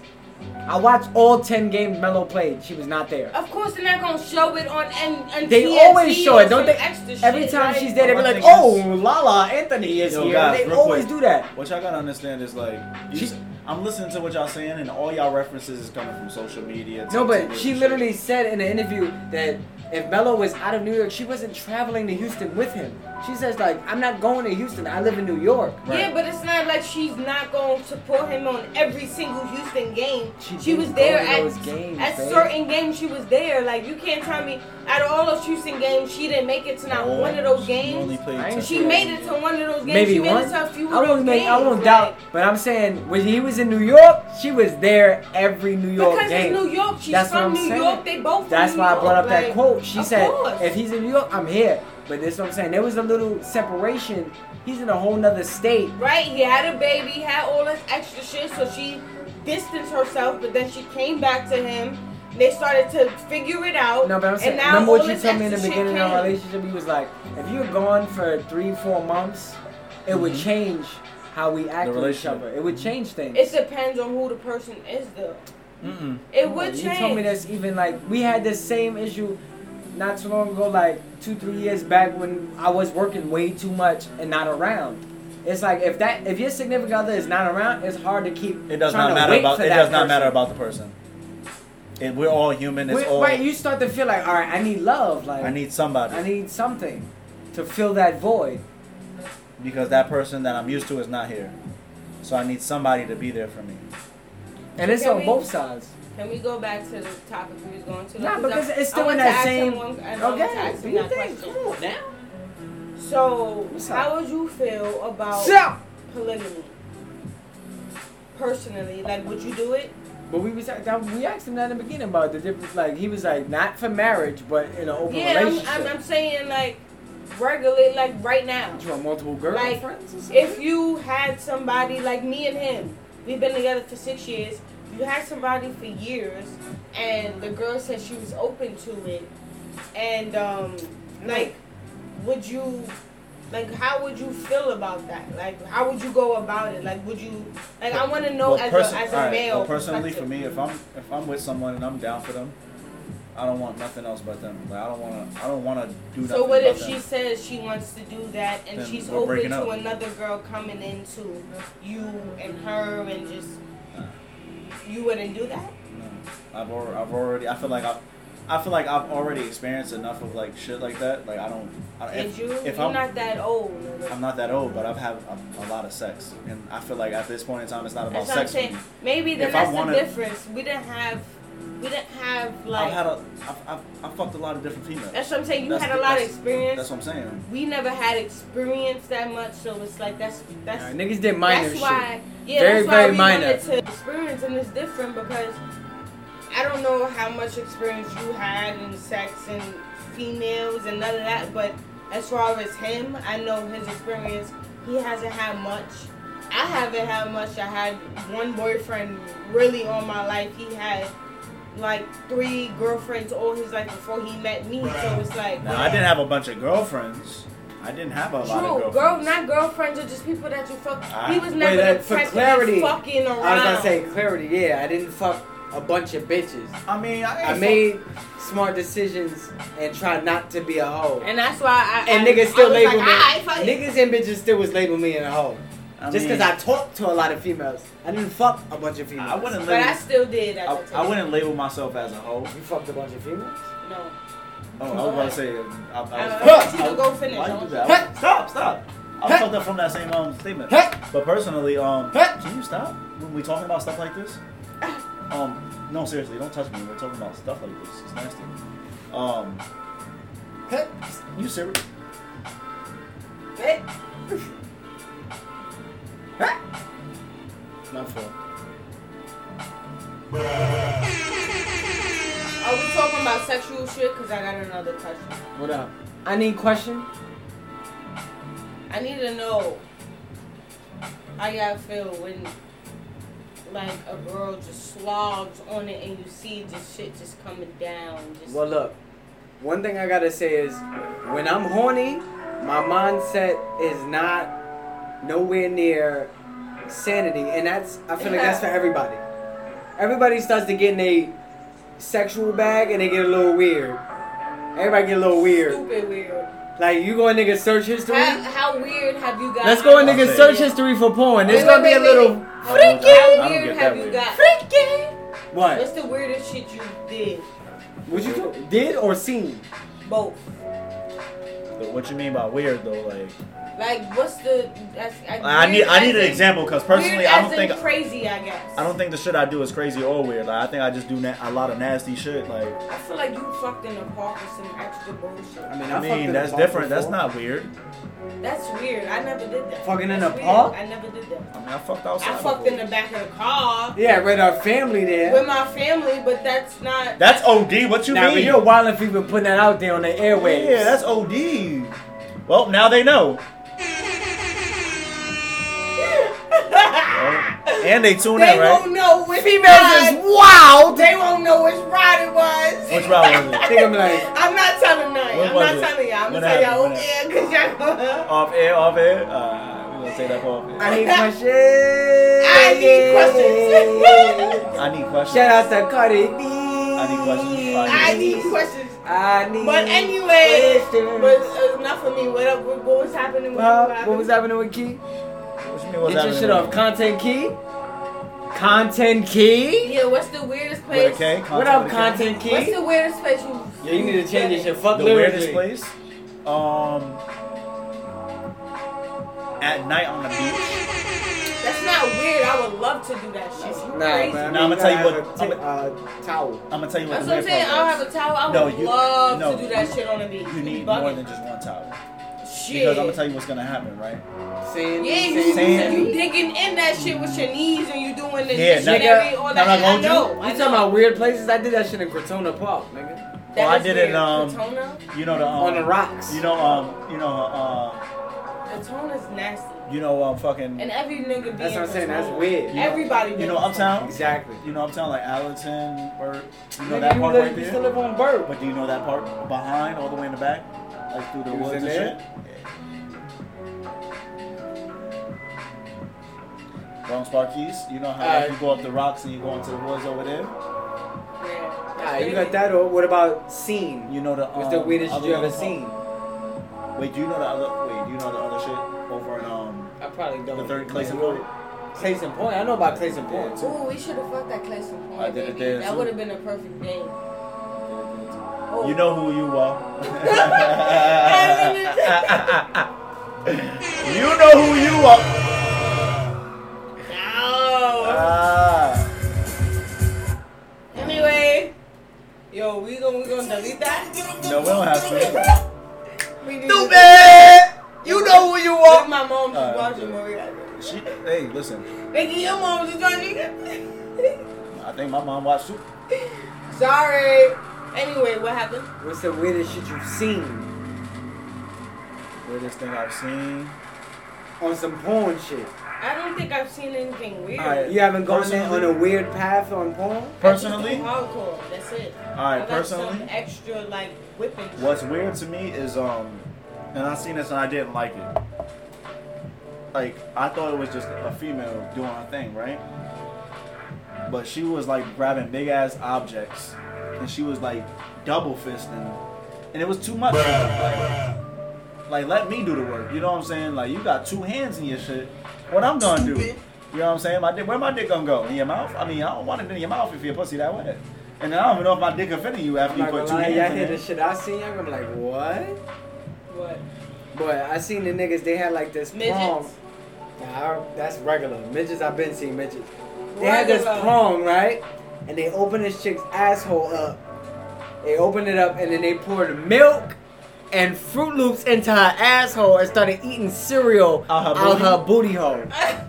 I watched all ten games Mello played. She was not there.
Of course, they're not gonna show it on and and
They
TNT
always show
or
it, don't
some
they?
Extra
Every
shit,
time
like-
she's there, they be
My
like,
thing
"Oh,
is-
Lala Anthony is
Yo,
here."
guys,
they
real
always
quick.
do that.
What y'all gotta understand is like, you
She-
s- I'm listening to what y'all saying, and all y'all references is coming from social media.
No,
TikTok,
but she
shit.
literally said in an interview that if Mello was out of New York, she wasn't traveling to Houston with him. She says like, "I'm not going to Houston. I live in New York."
Yeah,
Right.
but it's not like she's not going to support him on every single Houston game.
She
She,
didn't
was there
go to
at
those games,
at
babe.
certain games. She was there. Like you can't tell me out of all those Houston games, she didn't make it to not
Oh,
one of those
she only
games.
played
I ain't
ten
She
games.
made it to one of those games.
Maybe
she made
one.
it to a few
I
of those
won't make. I
games,
won't
like-
doubt. But I'm saying when he was in New York, she was there every New York
Because
game.
it's New York. She's
That's what
from
I'm
New
saying.
York. They both. from
That's
New
why I brought up
York,
that
like,
quote. She
of
said,
course.
if he's in New York, I'm here. But this is what I'm saying. There was a little separation. He's in a whole nother state.
Right, he had a baby, had all this extra shit, so she distanced herself, but then she came back to him. They started to figure it out.
No, but I'm saying,
and now
remember
all
what you
this
told me in the
extra shit
beginning of
came.
our relationship? He was like, if you're gone for three, four months, it would change how we act with each
Mm-hmm. relationship.
other. It would change things.
It depends on who the person is, though.
Mm-mm.
It
Like,
would change.
You told me this even like we had this same issue not too long ago, like two, three years back when I was working way too much and not around. It's like if that if your significant other is not around, it's hard to keep.
It does
trying
not
to
matter
wait
about.
for
It
that
does not
person.
matter about the person. And we're all human. It's
Wait,
all.
right, you start to feel like, all right, I need love. Like
I need somebody
I need something to fill that void.
because that person that I'm used to is not here, so I need somebody to be there for me.
And it's
Can
on
we-
both sides.
Can we go back to the topic we was going to?
Nah,
Like,
because
I-
it's
I
still in
wanted
that
to ask
same-
him one- I wanted to
Okay.
ask
Do
him
you
that
think?
question.
Come on now.
So,
What's up?
how would you feel about
So,
polygamy? Personally, like, would you do it?
but we was that, we asked him that in the beginning about the difference. Like he was like not for marriage, but in an open
Yeah, I'm,
relationship.
I'm, I'm saying like regularly, like right now.
you want multiple girls?
Like,
friends or something?
If you had somebody like me and him, we've been together for six years. You had somebody for years, and the girl said she was open to it. And um, like, would you, like, how would you feel about that? Like, how would you go about it? Like, would you, like, I want to know
Well,
as
perso-
a as a
alright,
male.
well, personally, for
perspective.
me, if I'm if I'm with someone and I'm down for them, I don't want nothing else but them. Like I don't wanna I don't wanna do nothing.
So what if
but
she
them.
says she wants to do that and
Then
she's
we're
open
breaking
to
up.
another girl coming into you and her and just you wouldn't do that?
No. I've already, I've already I feel like I. I feel like I've already experienced enough of like shit like that. Like I don't. I,
And
if,
you
if
you're
I'm
not that old.
I'm not that old, but I've had a, a lot of sex, and I feel like at this point in time, it's not
That's
about
what I'm
sex. for
saying.
me.
Maybe then
If I
that's
wanna-
the difference. We didn't have we didn't have like
I've had a, I've, I've, I've fucked a lot of different females.
that's what I'm saying. You
That's
had
the-
a lot of
that's-
experience.
That's what I'm saying.
we never had experience that much, so it's like that's that's
Nah, Uh, niggas did minor
that's
shit.
why, yeah,
Very,
that's
very
why we
minor.
wanted to experience, and it's different because I don't know how much experience you had in sex and females and none of that, but as far as him, I know his experience. He hasn't had much. I haven't had much. I had one boyfriend really all my life. He had like three girlfriends all his life before he met me. So it's like
Now I didn't have a bunch of girlfriends. I didn't have a lot
True, girl,
of girlfriends.
not girlfriends are just people that you fuck.
Ah.
he was
Wait,
never
that-
the
for
type
clarity,
clarity, that's fucking around.
I was gonna say clarity. Yeah, I didn't fuck a bunch of bitches.
I mean, I, ain't
I
fuck-
made smart decisions and tried not to be a hoe. And,
and that's why I I,
niggas still
I was
label
like, "Alright, fuck it."
me. Niggas and bitches still was label me in a hoe.
I
Just
mean,
because I talked to a lot of females. I didn't fuck a bunch of females.
I wouldn't
but
label.
I still did. At
I,
the
I
time.
wouldn't label myself as a hoe.
You fucked a bunch of females?
No,
Oh, I was about to say. I, I was,
I
don't know.
want Uh, you to go finish.
Why you
I
do
want
that?
Huh?
Stop! Stop! I
Huh?
was fucked up from that same um statement.
Huh?
But personally, um,
Huh?
can you stop when we talking about stuff like this? Um, no, seriously, don't touch me. We're talking about stuff like this. It's nasty. Um,
Huh?
you serious?
Hey,
My fault.
Are we talking about sexual shit? Cause I got another question.
What up? I need question.
I need to know how y'all feel when like a girl just slogs on it and you see just shit just coming down. Just
Well, look, one thing I gotta say is when I'm horny, my mindset is not nowhere near sanity, and that's I feel like that's for everybody. Everybody starts to get in a sexual bag and they get a little weird. Everybody get a little weird.
stupid weird.
Like you go in nigga search history.
How, how weird have you got?
Let's go in
and
nigga search history for porn. It's
Wait,
gonna be
wait,
a
wait, wait,
little
wait.
Freaky.
How
I don't
weird
get
have
that
you
weird.
got? What's
what?
the weirdest shit you did?
What you do? did or seen?
Both.
But what you mean by weird though? Like,
Like, what's the? That's, I,
I need
weird
I need
as
an
in-
example because
weird
personally, I
as
don't
in
think
crazy. I guess.
I don't think the shit I do is crazy or weird. Like, I think I just do na- a lot of nasty shit. Like,
I feel like you fucked in the park with some extra bullshit.
mean,
I
fucked in
mean
a
that's
park
different. That's
before.
not weird.
That's weird. I never did that.
Fucking in
That's
a
weird.
park?
I never did that.
I mean, I fucked
I
outside.
fucked
before.
in the back of the car
Yeah, with our family there.
with my family, but that's not.
That's OD. What you
Now, but
mean?
you're wild if you've been putting that out there on the airwaves.
Yeah, that's OD. Well, now they know. and they tune
they
in, right?
won't know which
Females is
ride.
wild.
They won't know which ride it was.
Which route was it?
think I'm like,
I'm not telling none.
What
I'm
was
not
it?
telling y'all. I'm
What
gonna tell y'all over
happened?
here because y'all.
Off air, off air. Uh, we're gonna say that for off air.
I need questions.
I need questions.
I need questions.
Shout out to Cardi B.
I need questions.
I need questions.
I need
But anyway,
questions.
but enough of me. What up? What what was happening with
Well,
you?
what was happening with Key?
What you mean,
Get
what's
your
happening?
shit off. Content Key? Content Key?
Yeah, what's the weirdest place?
With a K?
What up,
with a K?
Content
What's
Key?
the weirdest place you?
Yeah, you need to change your shit. Fuck
The
lyrically.
weirdest place? Um, at night on the beach.
That's not weird. I would love to do that shit. You
Nah,
crazy.
man.
Nah, I'ma tell you
gotta
what-
have a ta- uh, towel.
I'm gonna tell you what
That's what
the
I'm
weird
saying.
part
I'll
was.
have a towel. I would
No, you-
love
no,
to do that shit on the beach.
You need
Bugging.
more than just one towel.
shit.
Because I'm gonna tell you what's gonna happen, right?
Sand,
Yeah, you,
Sand.
you digging in that shit with your knees and you doing the
Yeah,
dictionary,
nigga.
all
Now
that.
I
I
told you.
know.
You
I
talking
know.
about weird places? I did that shit in Cortona Park, nigga.
That
Well, I
is
did
weird.
it, um,
Katona?
You know the um,
On the rocks.
You know um, you know uh,
Katona's nasty.
You know, um, fucking.
And every nigga be
That's
in
what I'm saying, that's
control.
weird.
you know-
Everybody
You
be
know,
in
uptown.
Exactly.
You know, uptown like Allerton, or you know
Nigga,
that
you
park
live-
right
you
there.
still live on Burke.
But do you know that park behind, all the way in the back, like through the
You was
woods
in
and
there?
shit? Bronx Parkies. You know how like,
Uh,
you go up the rocks and you go into the woods over there.
Yeah.
All right, you got that, or what about scene?
You know the.
What's the
um,
weirdest shit
other
you ever
little
seen?
park- Wait, do you know the other? Wait, do you know the other shit over in um
I probably don't.
the third place in
Clayson Point. I know about Clayson Point. too.
Ooh, we should have fucked that class in
I
point,
did it
baby.
there,
That
too.
would have been a perfect game. Oh.
You know who you are. you know who you are.
No.
Ah.
Anyway, yo, we gonna we gonna delete that.
No, we don't have to.
We do
Stupid! You know who you
Look, my mom just
Uh,
watching Maria.
She, hey, listen.
Vicky, your mom just watching.
I think my mom watched you.
Sorry. Anyway, what happened?
What's the weirdest shit you've seen
Weirdest thing I've seen.
on some porn shit?
I don't think I've seen anything weird.
Alright,
You haven't gone in on
Personally-
a weird path on porn?
I just do
Personally,
hardcore. That's it.
All right,
I like
personally-
some extra like whipping.
what's weird to me is um, and I seen this and I didn't like it. Like I thought it was just a female doing her thing, right? But she was like grabbing big ass objects, and she was like double fisting, and it was too much. Like, like, let me do the work. You know what I'm saying? Like you got two hands in your shit. What I'm gonna do? You know what I'm saying? My dick, where my dick gonna go? In your mouth? I mean, I don't want it in your mouth if you're pussy that wet. And then I don't even know if my dick offended you
I'm
after you
not gonna
put two
lie, y'all
hands in
hear the
it.
shit I seen, y'all gonna be like, what?
What?
But I seen the niggas, they had like this prong.
Midgets?
Nah, I- that's regular. Midgets, I've been seeing midgets. They had this
Regular.
prong, right? And they opened this chick's asshole up. They opened it up and then they poured milk and Fruit Loops into her asshole and started eating cereal
Out her
out her booty
booty?
hole.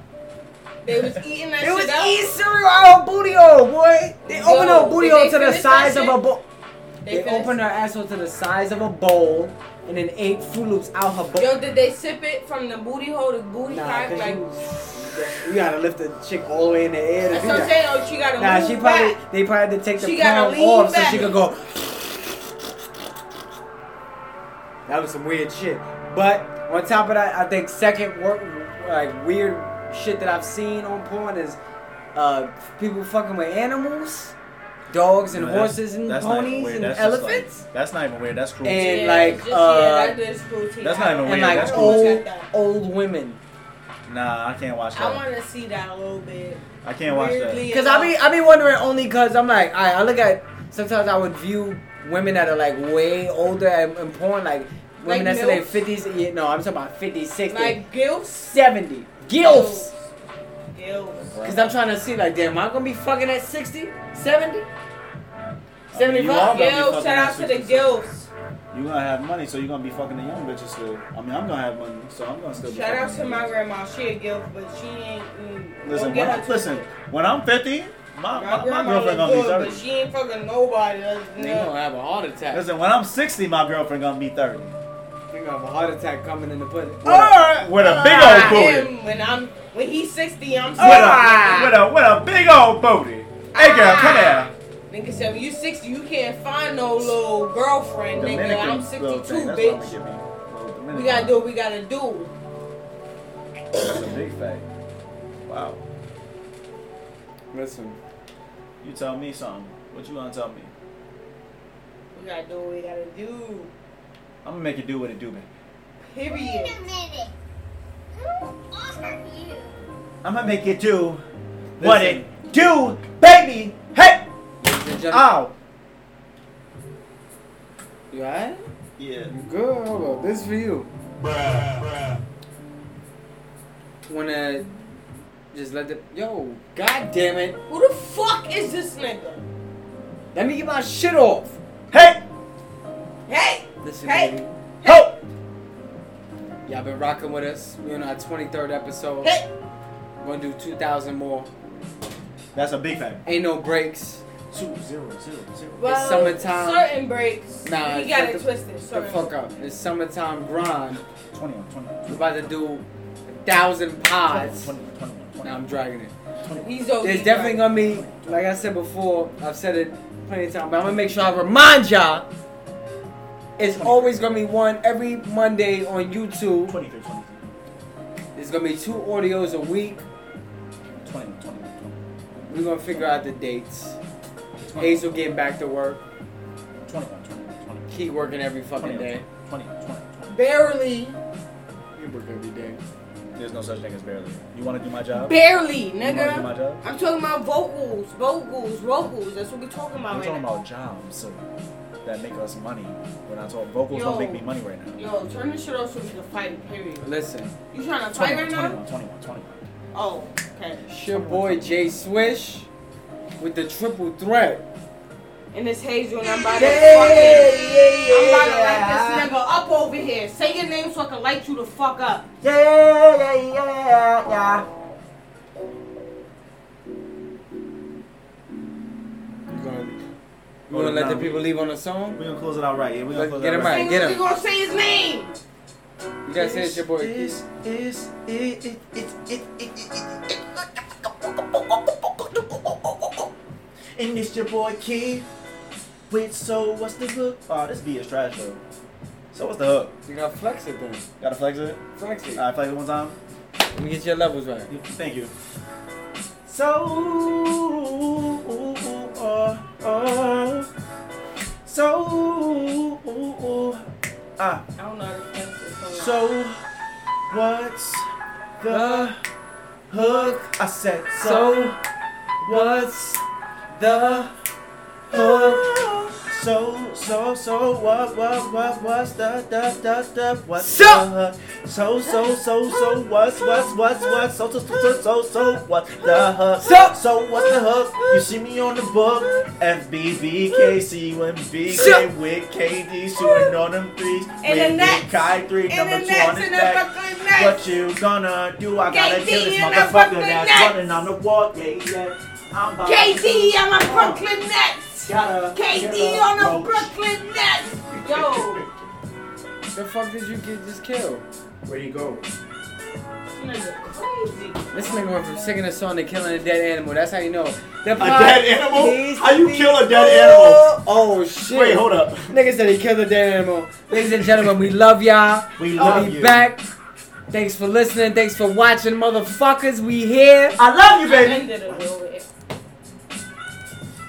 they was eating that
It
shit
was
up.
eating cereal out her booty hole, boy. They
Yo,
opened her booty
did they
hole to the
finish
size of
that
a
shit?
bowl.
They
They,
finished-
opened her asshole to the size of a bowl and then ate Fruit Loops out her bowl.
Yo, did they sip it from the booty hole to booty
Nah,
cock?
'cause
Like,
you, you gotta lift the chick all the way in the air to
that's
do
what
that.
I'm saying. Oh, she gotta
Nah,
move
she probably
back.
they probably had to take the
She gotta
crown
lean
off so she
back.
could go. That was some weird shit. But on top of that, I think second work like weird shit that I've seen on porn is uh, people fucking with animals, dogs and
No, that's-
horses and
that's not even
ponies
weird.
and
That's just
elephants.
Like, that's not even weird. That's cruel.
And-
yeah,
like,
just,
uh,
yeah, that is cruelty.
that's not even
I-
and
weird.
like
that's cool.
old
oh, Check that.
old women,
nah, I can't watch
I
that.
want to see that a little bit.
I can't watch that.
Weirdly uh,
because I be
enough.
I be wondering only because I'm like I I look at sometimes I would view women that are like way older and, and porn like
Like
women that's in their
MILFs?
fifties. Yeah, no, I'm talking about 50, 60,
like gilfs.
70. gilfs.
Gilfs.
Because I'm trying to see, like, damn, am I going to be fucking at 60, 70?
I mean, you are gonna be
Gilfs.
fucking
Shout out
at
to the
60, so
gilfs.
You gonna have money, so you gonna be fucking the young bitches still. I mean, I'm gonna have money, so I'm gonna still. be
Shout out
fucking
to
the
my
young bitches.
grandma. She a gilf, but she ain't. Mm,
Listen,
don't
when
get
I,
her
listen. When I'm 50, my,
My
my, my
grandma was
girlfriend gonna be
good, but
30.
she ain't fucking nobody. That's-
They
no.
going to have a heart attack.
Listen, when I'm 60, my girlfriend gonna be 30.
They going to have a heart attack coming in the pudding.
With a big
Ah,
old booty.
him, When I'm when he's 60, I'm
with
sorry.
a, with a with a big old booty. Hey girl, come here.
Nigga said when you 60, you can't find no little girlfriend, nigga. I'm 62,
little thing, that's
bitch.
what I'm gonna get me. Little
We
Dominican.
gotta do what we gotta do.
That's a big fact. Wow.
Listen.
You tell me something. What you gonna tell me?
We gotta do what we gotta do.
I'm gonna make it do what it do, man.
Period.
Wait a minute. Who are you?
I'm gonna make it do what
Listen.
it do, baby. Hey.
Ladies and gentlemen.
Ow.
You alright?
Yeah.
Good. Hold on. This is for you. Want to just let the. Yo, god damn it.
Who the fuck is this nigga?
Let me get my shit off.
Hey.
Hey!
Listen,
Hey.
baby.
Ho.
Y'all been rocking with us. We're on our 23rd episode.
Hey!
We're going to do 2,000 more.
That's a big fact.
Ain't no breaks.
Two zero zero zero.
Well,
summertime.
Certain breaks.
Nah,
Nah, you got
shut
it
the-
twisted.
Shut
Certain
the fuck up. It's summertime grind.
Twenty on twenty.
We're about to do thousand pods.
21, 21, 21.
Now I'm dragging it.
He's over.
There's definitely gonna be, like I said before, I've said it plenty of times, but I'm gonna make sure I remind y'all. It's always gonna be one every Monday on YouTube.
23, 23.
There's gonna be two audios a week.
20, 20, 20,
We're gonna figure out the dates.
20,
Hazel getting back to work.
21, 21, 20,
Keep working every fucking
20,
day.
20, 20.
barely,
You work every day.
There's no such thing as barely. You want to do my job?
barely,
You want to do my
nigga.
job?
I'm talking about vocals, vocals, vocals. That's what we're talking about
We're
right
talking
now.
about jobs so that make us money. We're not talking vocals
Yo.
don't make me money right now.
Yo, turn this shit off so we can fight. Period.
Listen,
You trying to fight
21,
right
21,
now?
21, 21.
Oh, okay.
it's your boy Jay Swish with the triple threat.
And it's Hazel, and I'm about to
Yeah,
fucking. I'm about to light this nigga up over here. Say your name so I can light you the fuck up.
Yeah, yeah, yeah, yeah.
You gonna, you
Hold
gonna
on,
let
nah,
the
we-
people leave on a song?
We're going to close it out right. Yeah, we're going
Let's
to close
get
it
him
out
right.
Ain't
get him.
nobody gonna say his name.
You guys say it's your boy.
This is it. it, it, it, it, it, it. And it's your boy Key. Wait, so what's the hook? Oh, this beat is trash though. So what's the hook?
You gotta flex it then.
Gotta flex it.
Flex it.
Alright, flex it one time.
Let me get your levels right.
Thank you. So, uh, uh, so, ah,
I don't know how to pronounce this. So,
so, what's the hook? I said, so,
So, what's the
hook. So, so, so, what, what, what, what's the, the, the, the, what's
So-
the hook? So, so, so, so, what's, what's, what's, what's, so, so, so, so, so, so, what's the hook?
So-
so, what's the hook? You see me on the book. FBBKCUMBK
So-
with KD shooting on them threes.
And the
With
next.
Big Kai three,
and
number
the
two on
next,
his
and the
back.
fucking
What
next.
you gonna do? I gotta
KD
kill
in
this
the
motherfucker
fucking
that's
next.
running on the wall. Yeah, yeah. I'm about
KD on the Brooklyn Nets.
Gotta
KD on the Brooklyn Nets. Yo,
the fuck did you get just killed?
Where you go?
this nigga crazy.
This nigga went from singing a song to killing a dead animal. That's how you know. The
A dead animal?
needs
How
to
you
be-
kill a dead animal?
Oh shit.
Wait, hold up.
Nigga said he killed a dead animal. Ladies and gentlemen, we love y'all.
We
I'll
love
be
you.
back. Thanks for listening. Thanks for watching, motherfuckers. We here.
I love you,
I
baby.
ended it, though. It